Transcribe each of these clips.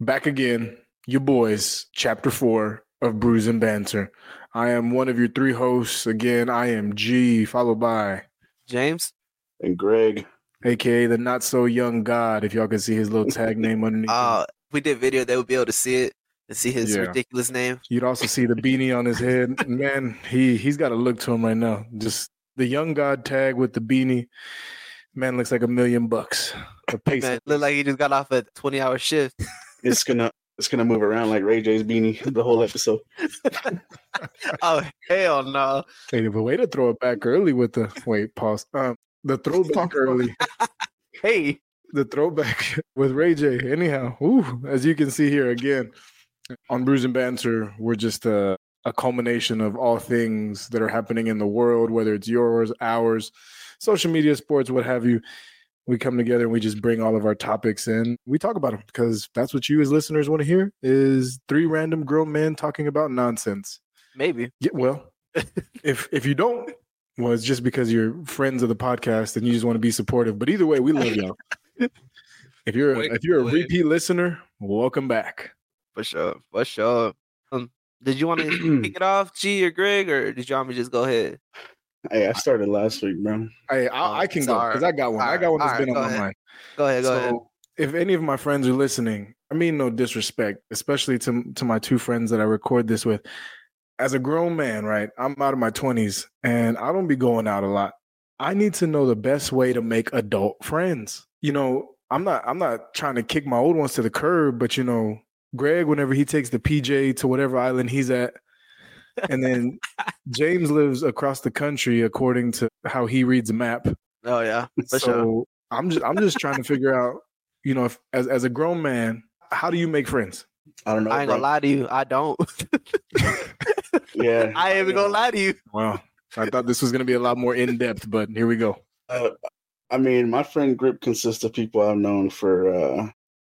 Back again, you boys, chapter four of Brews and Banter. I am one of your three hosts. Again, I am G, followed by James. and Greg. aka the not so young god, if y'all can see his little tag name underneath. him. Uh, if we did video, they would be able to see it and see his Yeah. ridiculous name. You'd also see the beanie on his head. Man, he he's got a look to him right now. Just the young god tag with the beanie. Man looks like a million bucks. A pace. Man, look like he just got off a 20 hour shift. It's gonna it's gonna move around like Ray J's beanie the whole episode. oh, hell no. Hey, but way to throw it back early with the wait pause. Um, the throwback early, Hey, the throwback with Ray J. Anyhow, ooh, as you can see here again on Bruise and Banter, we're just a, a culmination of all things that are happening in the world, whether it's yours, ours, social media, sports, what have you. We come together and we just bring all of our topics in. We talk about them because that's what you as listeners want to hear: is three random grown men talking about nonsense. maybe. Yeah, well, if if you don't, well, it's just because you're friends of the podcast and you just want to be supportive. But either way, we love y'all. If you're a- Wait, if you're a wait. repeat listener, welcome back. For sure. For sure. Um, did you want to kick it off, G or Greg, or did you want me to just go ahead? Hey, I started last week, bro. Hey, I, I can it's go all because I got one. I right, got one Oh, all that's right, been go on my ahead, mind. Go ahead. Go ahead. So, if any of my friends are listening, I mean no disrespect, especially to to my two friends that I record this with. As a grown man, right? I'm out of my 20s and I don't be going out a lot. I need to know the best way to make adult friends. You know, I'm not I'm not trying to kick my old ones to the curb, but you know, Greg whenever he takes the PJ to whatever island he's at and then James lives across the country according to how he reads a map Oh, yeah. so For sure. I'm just I'm just trying to figure out, you know, if, as as a grown man, how do you make friends? I don't know. I ain't bro. gonna lie to you. I don't. Yeah, I ain't even gonna lie to you. Wow, I thought this was gonna be a lot more in depth, but here we go. uh, I mean, my friend group consists of people I've known for uh,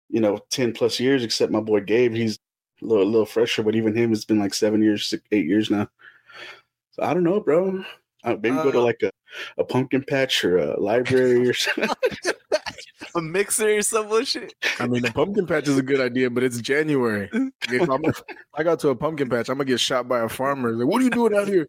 you know ten plus years, except my boy Gabe. He's a little, little fresher, but even him, it's been like seven years, six, eight years now. So I don't know, bro. Uh, maybe go to Uh, like a, a pumpkin patch or a library or something. A mixer or some bullshit. I mean, the pumpkin patch is a good idea, but it's January. If, I'm, if I got to a pumpkin patch, I'm gonna get shot by a farmer. Like, what are you doing out here?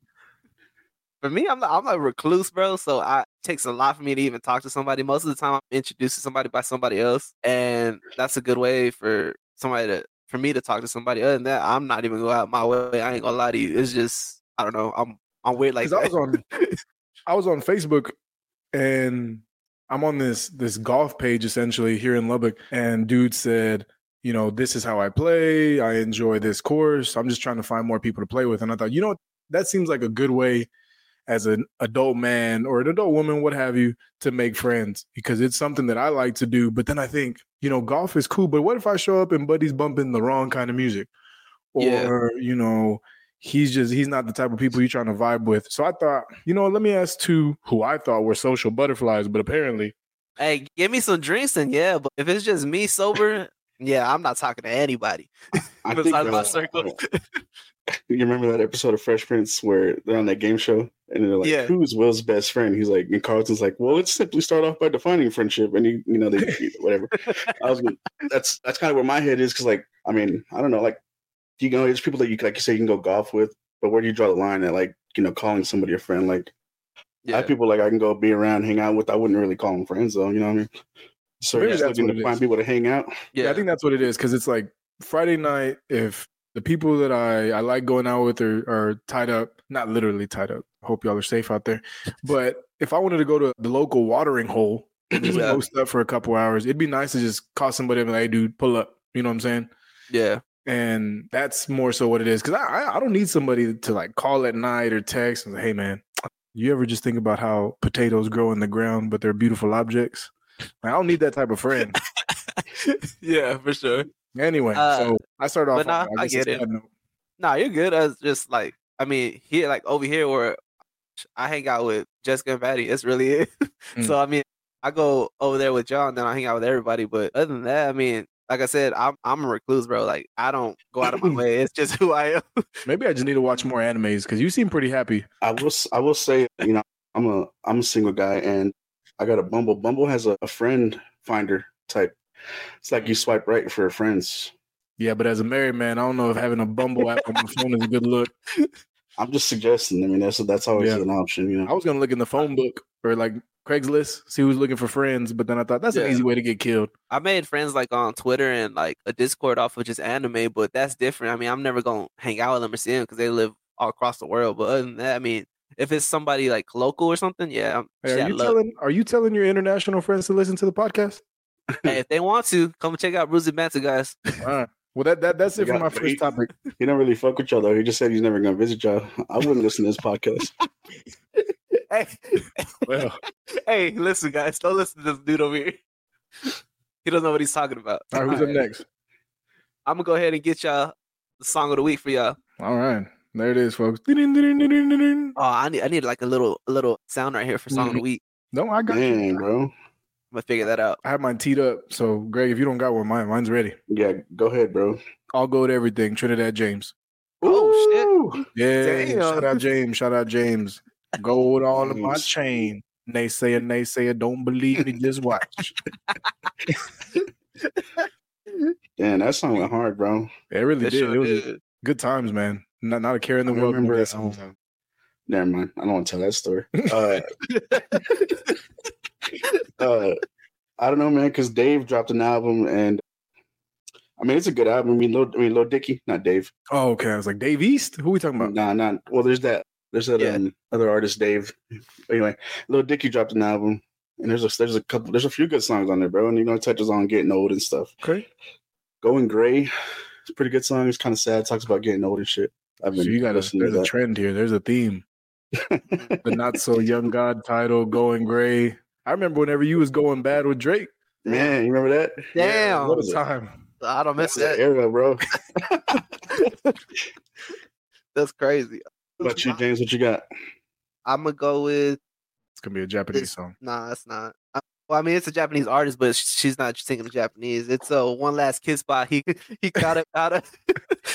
For me, I'm I'm a recluse, bro. So I it takes a lot for me to even talk to somebody. Most of the time, I'm introduced to somebody by somebody else, and that's a good way for somebody to for me to talk to somebody. Other than that, I'm not even going out my way. I ain't gonna lie to you. It's just I don't know. I'm I'm weird like Because I that. was on, I was on Facebook, and I'm on this this golf page essentially here in Lubbock, and dude said, you know, this is how I play. I enjoy this course. I'm just trying to find more people to play with, and I thought, you know, what? that seems like a good way as an adult man or an adult woman, what have you, to make friends because it's something that I like to do. But then I think, you know, golf is cool, but what if I show up and buddy's bumping the wrong kind of music, or Yeah. you know, he's just he's not the type of people you're trying to vibe with. So I thought, you know, let me ask two who I thought were social butterflies, but apparently, Hey, give me some drinks and yeah, but if it's just me sober, yeah, I'm not talking to anybody. I Besides my circle. you remember that episode of Fresh Prince where they're on that game show and they're like, Yeah. "Who's Will's best friend?" He's like, and Carlton's like, "Well, let's simply start off by defining friendship." And you, you know, they whatever. I was gonna, that's that's kind of where my head is because, like, I mean, I don't know, like, you know, there's people that you like you say you can go golf with, but where do you draw the line at, like, you know, calling somebody a friend? Like, I Yeah. have people like I can go be around, hang out with. I wouldn't really call them friends though. You know what I mean? So Maybe you're just that's looking what to it find is. people to hang out. yeah, I think that's what it is because it's like Friday night if. The people that I, I like going out with are, are tied up, not literally tied up. Hope y'all are safe out there. But if I wanted to go to the local watering hole and just Yeah. post up for a couple hours, it'd be nice to just call somebody and be like, hey, dude, pull up. You know what I'm saying? yeah. And that's more so what it is. Cause I- I, I don't need somebody to like call at night or text and say, hey, man, you ever just think about how potatoes grow in the ground, but they're beautiful objects? I don't need that type of friend. yeah, for sure. Anyway, Uh, so I start off. but nah, I guess get it's it. bad note. Nah, you're good. As just like I mean, here like over here where I hang out with Jessica and Patty. That's really it. so I mean, I go over there with John, then I hang out with everybody. But other than that, I mean, like I said, I'm I'm a recluse, bro. Like I don't go out of my way. It's just who I am. Maybe I just need to watch more animes because you seem pretty happy. I will. s- I will say, you know, I'm a I'm a single guy, and I got a Bumble. Bumble has a, a friend finder type. It's like you swipe right for friends. Yeah, but as a married man, I don't know if having a Bumble app on my phone is a good look. I'm just suggesting. I mean, that's that's always Yeah. an option, you I know. was gonna look in the phone book or like Craigslist, see who's looking for friends, but then I thought that's Yeah. an easy way to get killed. I made friends like on Twitter and like a Discord off of just anime, but that's different. I mean, I'm never gonna hang out with them or see them because they live all across the world. But other than that, I mean, if it's somebody like local or something, yeah, I'm, Hey, shit, I are you love- telling are you telling your international friends to listen to the podcast? hey, if they want to come check out Bruising Banter, guys. All right. Well, that, that that's You it for got my first eight. topic. He don't really fuck with y'all though. He just said he's never gonna visit y'all. I wouldn't listen to this podcast. hey, Well, hey, listen, guys, don't listen to this dude over here. He doesn't know what he's talking about. all right, who's up next? I'm gonna go ahead and get y'all the song of the week for y'all. All right, there it is, folks. No, Oh, I need I need like a little a little sound right here for song of the Mm-hmm. week. I got. you. Dang, bro. I'm gonna figure that out. I have mine teed up. So, Greg, if you don't got one, mine mine's ready. Yeah, go ahead, bro. I'll go with everything. Trinidad James. Oh, shit. Yeah, Damn. shout out James. Shout out James. Gold all on my James. chain. Naysayer, naysayer, don't believe me, just watch. Damn, that song went hard, bro. It really That did. sure It was did. good times, man. Not, not a care in I the world. remember compared that to- song. though. Never mind. I don't want to tell that story. Uh, uh, I don't know, man, because Dave dropped an album, and I mean, it's a good album. I mean, Lil, I mean, Lil Dicky, not Dave. Oh, okay. I was like, Dave East? Who we talking about? Nah, not well. There's that. There's that Yeah. um, other artist, Dave. Anyway, Lil Dicky dropped an album, and there's a there's a couple there's a few good songs on there, bro. And you know, it touches on getting old and stuff. Okay. Going Gray, it's a pretty good song. It's kind of sad. Talks about getting old and shit. I've So been you got a, listening there's a to trend here. There's a theme. that. The not so young God title, going gray. I remember whenever you was going bad with Drake. man, you remember that? Damn. What was a it? time. I don't miss That's the that. era, bro. That's crazy. But you, James, what you got? I'm gonna go with It's gonna be a Japanese song. nah. That's not. I- Well, I mean, it's a Japanese artist, but sh- she's not singing Japanese. It's a one last kiss by he he got it out of.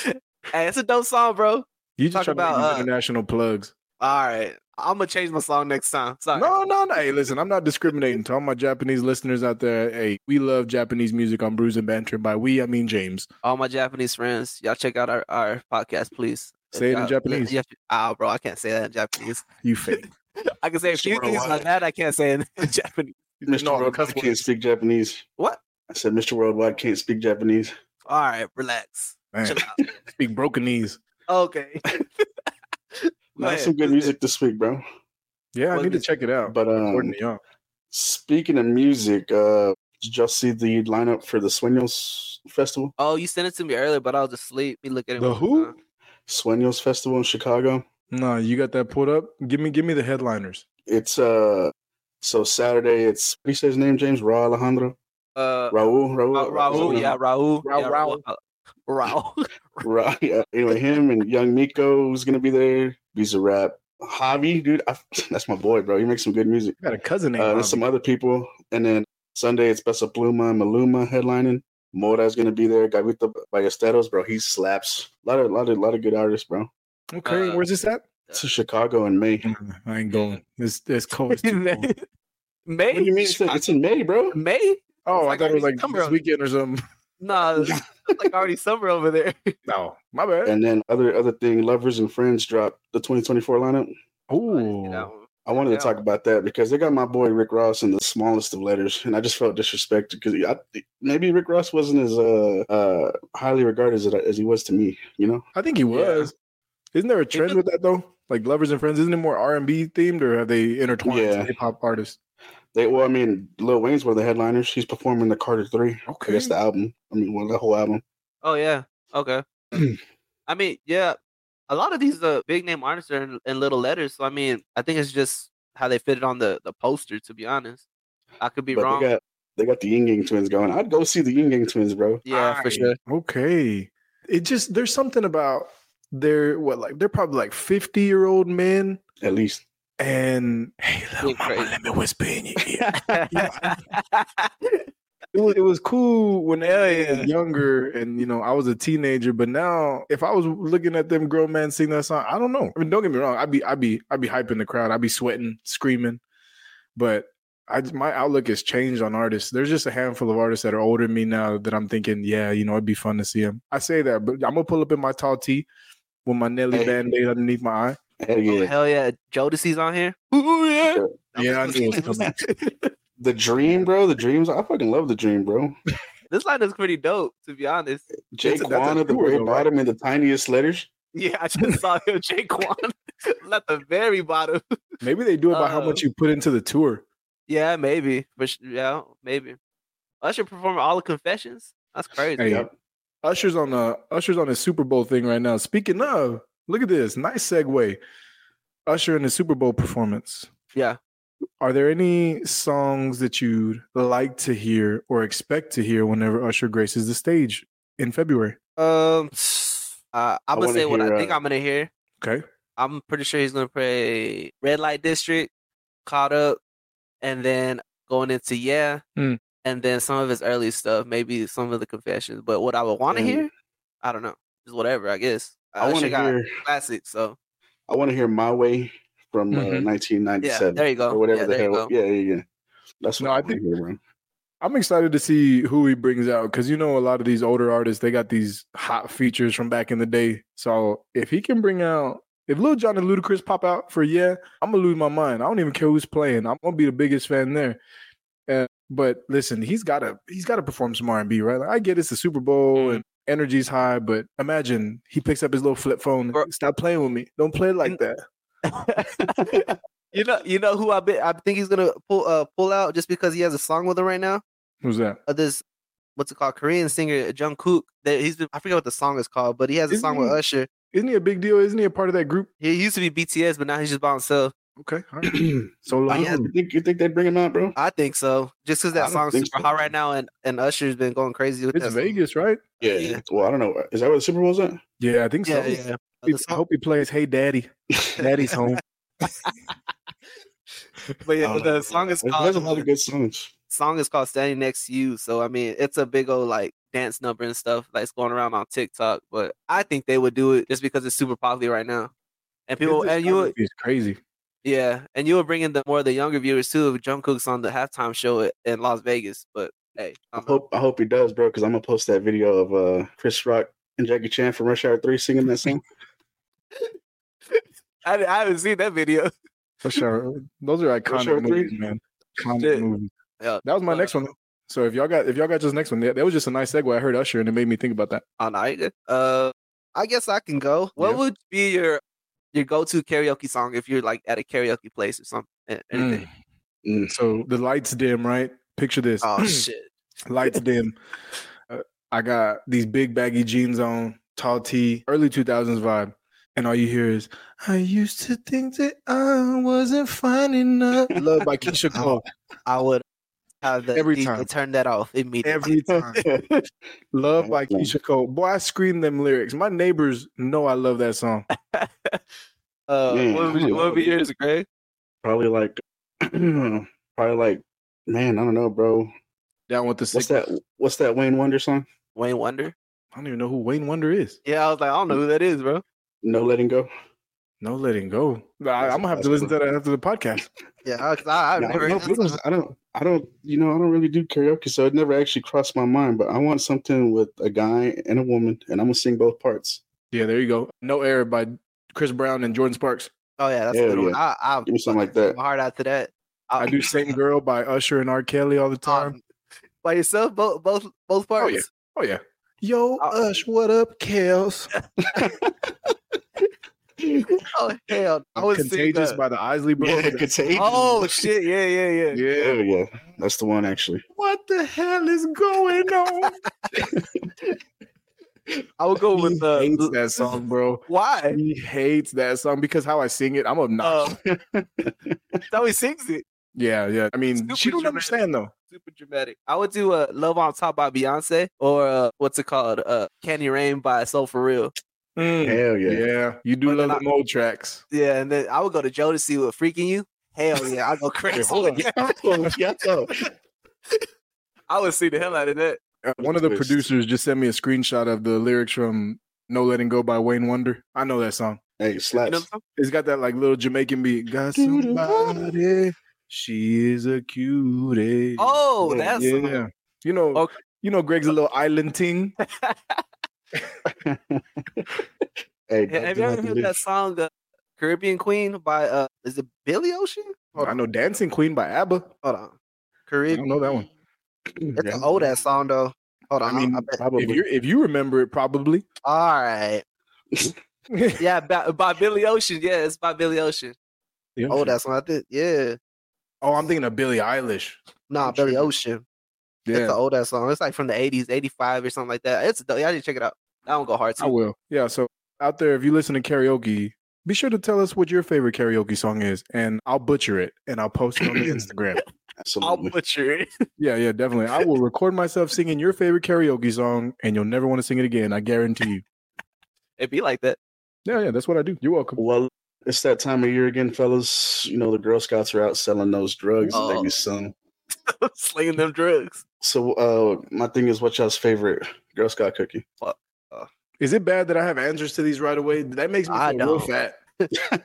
hey, it's a dope song, bro. You just Talk talking about about, uh, international plugs. All right, I'm gonna change my song next time. Sorry. No, no, no. Hey, listen, I'm not discriminating. To all my Japanese listeners out there, hey, we love Japanese music on Bruise and Banter. And by we, I mean James. All my Japanese friends, y'all check out our, our podcast, please. If Say it in y'all- Japanese. Yeah, ah, bro, I can't say that in Japanese. You fake. I can say a few Sure, things why? like that. I can't say in Japanese. Mr. No, Worldwide cuss can't words. speak Japanese. What? I said Mr. Worldwide can't speak Japanese. All right, relax. Man, Chill out. speak broken knees. Okay. That's Man, some good listen. music this week, bro. Yeah, I What need to is- check it out. But But um, young. speaking of music, uh, did y'all see the lineup for the Sueños Festival? Oh, you sent it to me earlier, but I was asleep. Let me look at it. The one more who? time. Sueños Festival in Chicago. No, you got that pulled up. Give me, give me the headliners. It's uh, so Saturday. It's what do you say his name? James Ra Alejandro Uh, Raul Ra- Raul Raul. Yeah, Raul. Ra- yeah, Uh, Raul. Ra- Raul. Ra- yeah. Anyway, him and Young Miko is gonna be there. He's a rap. Javi, dude, I, that's my boy, bro. He makes some good music. You got a cousin named Uh, Bobby. there's some other people, and then Sunday it's Bessa Pluma and Maluma headlining. Mora's gonna be there. Gavito Ballesteros, bro. He slaps. A lot of, lot of, lot of good artists, bro. Okay, uh, where's this at? To Chicago in May. I ain't going. It's it's cold. It's too cold. May. What do you mean? It's, it's in May, bro. May? Oh, It's I like thought it was already like summer this over- weekend or something. No, it's like already summer over there. No, my bad. And then other, other thing, Lovers and Friends dropped the 2024 lineup. Oh, I wanted Yeah. to talk about that because they got my boy Rick Ross in the smallest of letters, and I just felt disrespected because maybe Rick Ross wasn't as uh, uh, highly regarded as, it- as he was to me. You know, I think he was. Isn't there a trend just- with that though? Like lovers and friends, isn't it more R and B themed, or have they intertwined Yeah. hip hop artists? they well, I mean, Lil Wayne's one of the headliners. He's performing the Carter Three. I Okay, guess the album. I mean, well, the whole album. Oh yeah. Okay. I mean, yeah. A lot of these uh, big name artists are in, in little letters, so I mean, I think it's just how they fit it on the the poster. To be honest, I could be but wrong. they got they got the Ying Yang Twins going. I'd go see the Ying Yang Twins, bro. yeah, for Aight. sure. okay. It just there's something about they're what like they're probably like fifty year old men, At least and hey, little Being mama, crazy. let me whisper in your ear. Oh, yeah, it was, it was cool when I Yeah. was younger and you know I was a teenager, but now if I was looking at them grown men sing that song, I don't know. I mean, don't get me wrong, I'd be I'd be I'd be hyping the crowd, I'd be sweating, screaming, but I my outlook has changed on artists. There's just a handful of artists that are older than me now that I'm thinking, yeah, you know, it'd be fun to see them. I say that, but I'm gonna pull up in my tall tee with my Nelly Hey. band aid underneath my eye. Hell Oh, yeah. hell yeah, Jodeci's on here. Ooh, yeah. Yeah, I knew it was coming. The dream, bro. The dreams. I fucking love the dream, bro. this line is pretty dope, to be honest. Jay That's a- that's a Quan at the tour, very though, right? bottom in the tiniest letters. Yeah, I just saw him, Jake Quan, at the very bottom. Maybe they do it by how Uh, much you put into the tour. Yeah, maybe. But sh- yeah, maybe. Usher performing all the confessions. That's crazy. Hey, Yep. Usher's on uh Usher's on his Super Bowl thing right now. Speaking of, look at this nice segue. Usher and his Super Bowl performance. Yeah. Are there any songs that you'd like to hear or expect to hear whenever Usher graces the stage in February? Um, uh, I'm gonna wanna say what hear, I think uh, I'm gonna hear. Okay. I'm pretty sure he's gonna play Red Light District, Caught Up, and then going into Yeah, Hmm. Mm. and then some of his early stuff, maybe some of the confessions. But what I would want to And- hear, I don't know, just whatever, I guess. I Usher want to Uh, got hear. classic, so I want to hear my way from Mhm. uh, 1997. there you go. Or whatever Yeah, the there you hell. go. Yeah, yeah, yeah. That's what No, I, I think. think- Hear, bro. I'm excited to see who he brings out because you know a lot of these older artists they got these hot features from back in the day. So if he can bring out if Lil Jon and Ludacris pop out for yeah, I'm gonna lose my mind. I don't even care who's playing. I'm gonna be the biggest fan there. Uh, but listen, he's gotta he's gotta perform some R and B, right? Like, I get it's the Super Bowl Mhm. and energy's high, but imagine he picks up his little flip phone. Bro- Stop playing with me. Don't play like And- that. you know, you know who I bet I think he's gonna pull uh, pull out just because he has a song with him right now. Who's that? Uh, this what's it called Korean singer Jungkook. That he's been, I forget what the song is called, but he has a Isn't song with he- Usher. Isn't he a big deal? Isn't he a part of that group? He used to be BTS, but now he's just by himself. Okay, all right. so I long. yeah. don't, Oh, you think you think they bring him out, bro? I think so, just because I that don't song's think super so. hot right now, and and Usher's been going crazy with It's that song. Vegas, right? Yeah. Yeah. Well, I don't know. Is that where the Super Bowl's at? Yeah, I think Yeah, so. yeah. yeah. Uh, He- the I song- hope he plays "Hey Daddy." Daddy's home. but yeah, I don't know. the song is There's, Uh, called there's a lot of good songs. song is called "Standing Next to You." So I mean, it's a big old like dance number and stuff that's going around on TikTok. But I think they would do it just because it's super popular right now, and people and you would, is crazy. yeah, and you would bring in the more of the younger viewers too. If Jungkook's on the halftime show i- in Las Vegas, but hey, I I don't know. hope I hope he does, bro, because I'm gonna post that video of uh Chris Rock and Jackie Chan from Rush Hour Three singing that song. I, I haven't seen that video. For sure. Those are iconic sure, three. movies, man. Iconic Shit. movies. Yeah. That was my Uh, next one. So if y'all got if y'all got this next one, that, that was just a nice segue. I heard Usher and it made me think about that. Oh no, you good. Uh, I guess I can go. What Yeah. would be your your go to karaoke song if you're like at a karaoke place or something? a- Anything? Mm. So the lights dim, right? Picture this. Oh shit! lights dim. Uh, I got these big baggy jeans on, tall tee, early 2000s vibe. And all you hear is, I used to think that I wasn't fine enough. Love by Keisha Oh, Cole I would have the Every DJ time. turn that off immediately. every time. Love by Okay. Keisha Cole. Boy, I scream them lyrics. My neighbors know I love that song. Uh, Mm, Yeah, what, would I you, don't what would be know. yours, Greg? probably like probably like man, I don't know, bro. Down with the What's six. that what's that Wayne Wonder song? Wayne Wonder. I don't even know who Wayne Wonder is. Yeah, I was like, I don't know who that is, bro. No letting go. No letting go. I, That's- I'm gonna have that's to listen cool. to that after the podcast. Yeah, because I, I've No, never. no, heard that because song. I don't I don't you know, I don't really do karaoke, so it never actually crossed my mind, but I want something with a guy and a woman and I'm gonna sing both parts. Yeah, there you go. No Air by Chris Brown and Jordan Sparks. Oh yeah, that's a Hell good one. yeah. I, I'll Give me something like that. fucking hard out to that. I do Same Girl by Usher and R. Kelly all the time. Um, by yourself, both both both parts. yeah. Oh yeah. Yo, Oh. Ush, what up, Kels? Oh hell, I was Contagious by the Isley Brothers. Yeah, contagious. Oh shit! Yeah, yeah, yeah. yeah. Hell yeah. That's the one actually. What the hell is going on? I would go with he hates uh, that song, bro. why? He hates that song because how I sing it, I'm obnoxious. Uh, so he sings it. yeah, yeah. I mean, Super she don't dramatic. understand though. Super dramatic. I would do uh, "Love on Top" by Beyonce or uh, what's it called? Uh, "Candy Rain" by Soul for Real. Mm, Hell Yeah. yeah. you do But then love I- them old tracks. Yeah, and then I would go to Jodeci with "Freaking You." Hell yeah, I go crazy. hold on. Hold on. Yeah, I know. I would see the hell out of that. Uh, One of the Twist. producers just sent me a screenshot of the lyrics from "No Letting Go" by Wayne Wonder. I know that song. Hey, You know slaps. what I'm It's got that like little Jamaican beat. Got Doo-doo-doo. somebody She is a cutie. Oh, Yeah, that's yeah. You know, Okay. you know, Greg's a little island ting. Yeah, Hey, have God, do you not ever heard believe- that song uh, Caribbean Queen by uh is it Billy Ocean? Hold I on, know Dancing Queen by ABBA. hold on. I Caribbean don't know that one. It's an Yeah. old ass song though. Hold on. I I mean, I bet. probably. If you if you remember it, probably. All right. Yeah, by, by Billy Ocean. Yeah, it's by Billy Ocean. Oh, that's one I did. Yeah. Oh, I'm thinking of Billie Eilish. Nah, I'm Billy tripping. Ocean. It's Yeah, an old ass song. It's like from the 80s, 85 or something like that. It's dope. Y'all need to check it out. That one go hard I too. will. Yeah, so out there, if you listen to karaoke, be sure to tell us what your favorite karaoke song is, and I'll butcher it and I'll post it on the Instagram. I'll Absolutely. butcher it. Yeah, yeah, definitely. I will record myself singing your favorite karaoke song, and you'll never want to sing it again. I guarantee you. It'd be like that. Yeah, yeah, that's what I do. You're welcome. Well, it's that time of year again, fellas. You know, the Girl Scouts are out selling those drugs that Oh. they be selling. Slinging them drugs. So, uh, my thing is, what's y'all's favorite Girl Scout cookie? Is it bad that I have answers to these right away? That makes me I feel real don't. fat.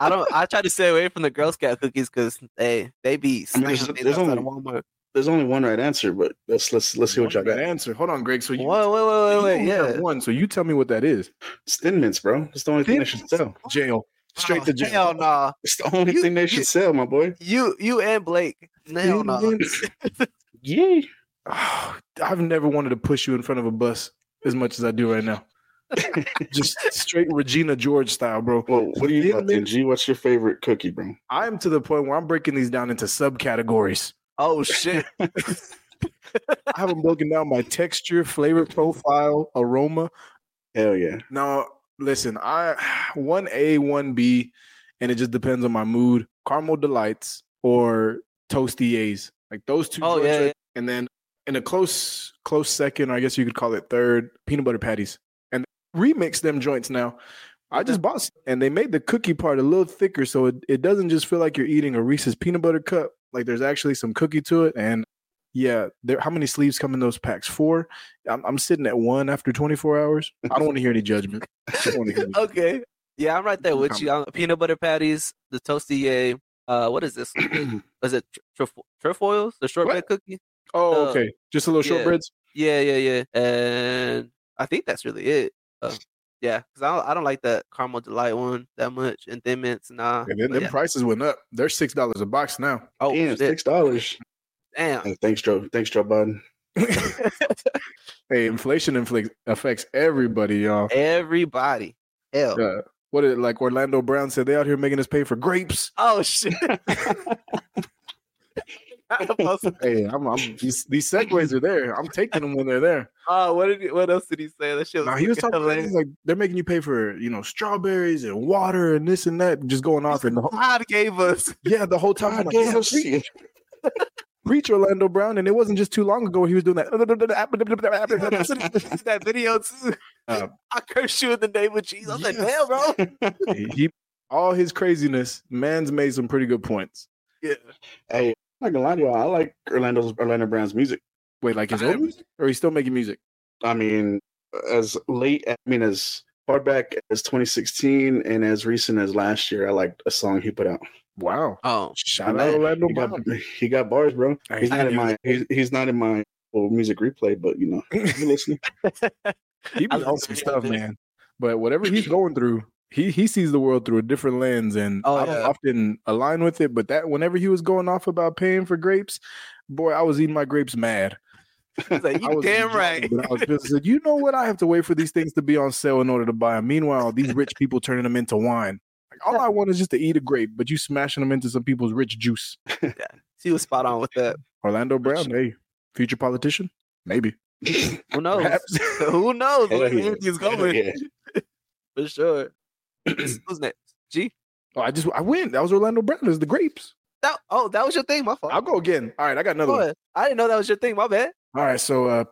I don't. I try to stay away from the Girl Scout cookies because they they be I mean, there's- slinging things there's outside only- of Walmart. There's only one right answer, but let's let's let's see what y'all One bad got. answer. Hold on, Greg. So you, Whoa, wait, you wait, wait, only wait. have Yeah. one. So you tell me what that is. It's thin mints, bro. It's the only thing Thin they should sell. Jail. Straight Oh, to jail. Hell nah. It's the only You- thing they you- should sell, my boy. You you and Blake. Hell Thin nah. Mints. Yay! Ah, I've never wanted to push you in front of a bus as much as I do right now. Just straight Regina George style, bro. Well, what do you Thin got, then, Mints. G? What's your favorite cookie, bro? I'm to the point where I'm breaking these down into subcategories. Oh shit. I have them broken down by texture, flavor profile, aroma. Hell yeah! Now, listen, I one A, one B, and it just depends on my mood. Caramel delights or toasty A's, like those two. Oh joints yeah. right yeah. and then in a close close second, or I guess you could call it third, peanut butter patties, and remix them joints. Now, I just bought, some, and they made the cookie part a little thicker, so it, it doesn't just feel like you're eating a Reese's peanut butter cup. Like there's actually some cookie to it, and yeah, there. How many sleeves come in those packs? Four. I'm, I'm sitting at one after 24 hours. I don't want to hear any judgment. Oh, I don't wanna hear any- Okay. Yeah, I'm right there with you. I'm, peanut butter patties, the toasty yay. Uh, what is this? Is it tre- tref- trefoils? The shortbread cookie? oh, Uh, okay. Just a little yeah. shortbreads. Yeah, yeah, yeah. And I think that's really it. Uh, yeah, because I don't, I don't like that caramel delight one that much, and thin mints, nah. And then but them yeah. prices went up. They're six dollars a box now. Oh Damn, shit. six dollars. Damn. Thanks, Joe. Thanks, Joe Biden. Hey, inflation inflicts affects everybody, y'all. Everybody. Hell. uh, what did like Orlando Brown said? They out here making us pay for grapes. Oh shit. I posted- Hey, I'm, I'm these, these segues are there. I'm taking them when they're there. oh, what did he, what else did he say? That shit was, Now he was fucking talking about hilarious. things like they're making you pay for you know strawberries and water and this and that, just going off and the whole, God gave us. yeah the whole time. I'm like, yeah, preach, preach Orlando Brown, and it wasn't just too long ago he was doing that. that video too. Uh, I curse you in the name of Jesus. I was like, yes. damn, bro. he all his craziness, man's made some pretty good points. Yeah. Hey, I'm not gonna lie to y'all. I like Orlando's Orlando Brown's music. Wait, like his I own am- music, or he's still making music? I mean, as late, I mean, as far back as 2016 and as recent as last year, I liked a song he put out. Wow! Oh. Shout out Man, Orlando He got, Brown. he got bars, bro. Hey, He's he not in my he's, he's not in my well, music replay, but you know, you listening. he be I love on some Dorian stuff, Finney. man. But whatever he's going through, he he sees the world through a different lens, and Oh, I don't yeah. often align with it. But that whenever he was going off about paying for grapes, boy, I was eating my grapes mad. He's like, I you was damn enjoying right. it, But I was pissed. I said, you know what? I have to wait for these things to be on sale in order to buy 'em." Meanwhile, these rich people turning them into wine. Like, all I want is just to eat a grape, but you smashing them into some people's rich juice. She was spot on with that. Orlando Brown, hey, future politician, maybe. Who knows? Perhaps. Who knows Hell where the yeah. energy's going? Yeah. For sure. Who's next? G? Oh, I just I win. That was Orlando Brown. Is the grapes. That, oh, that was your thing. My fault. I'll go again. All right, I got another Go one. ahead. I didn't know that was your thing. My bad. All right, so uh,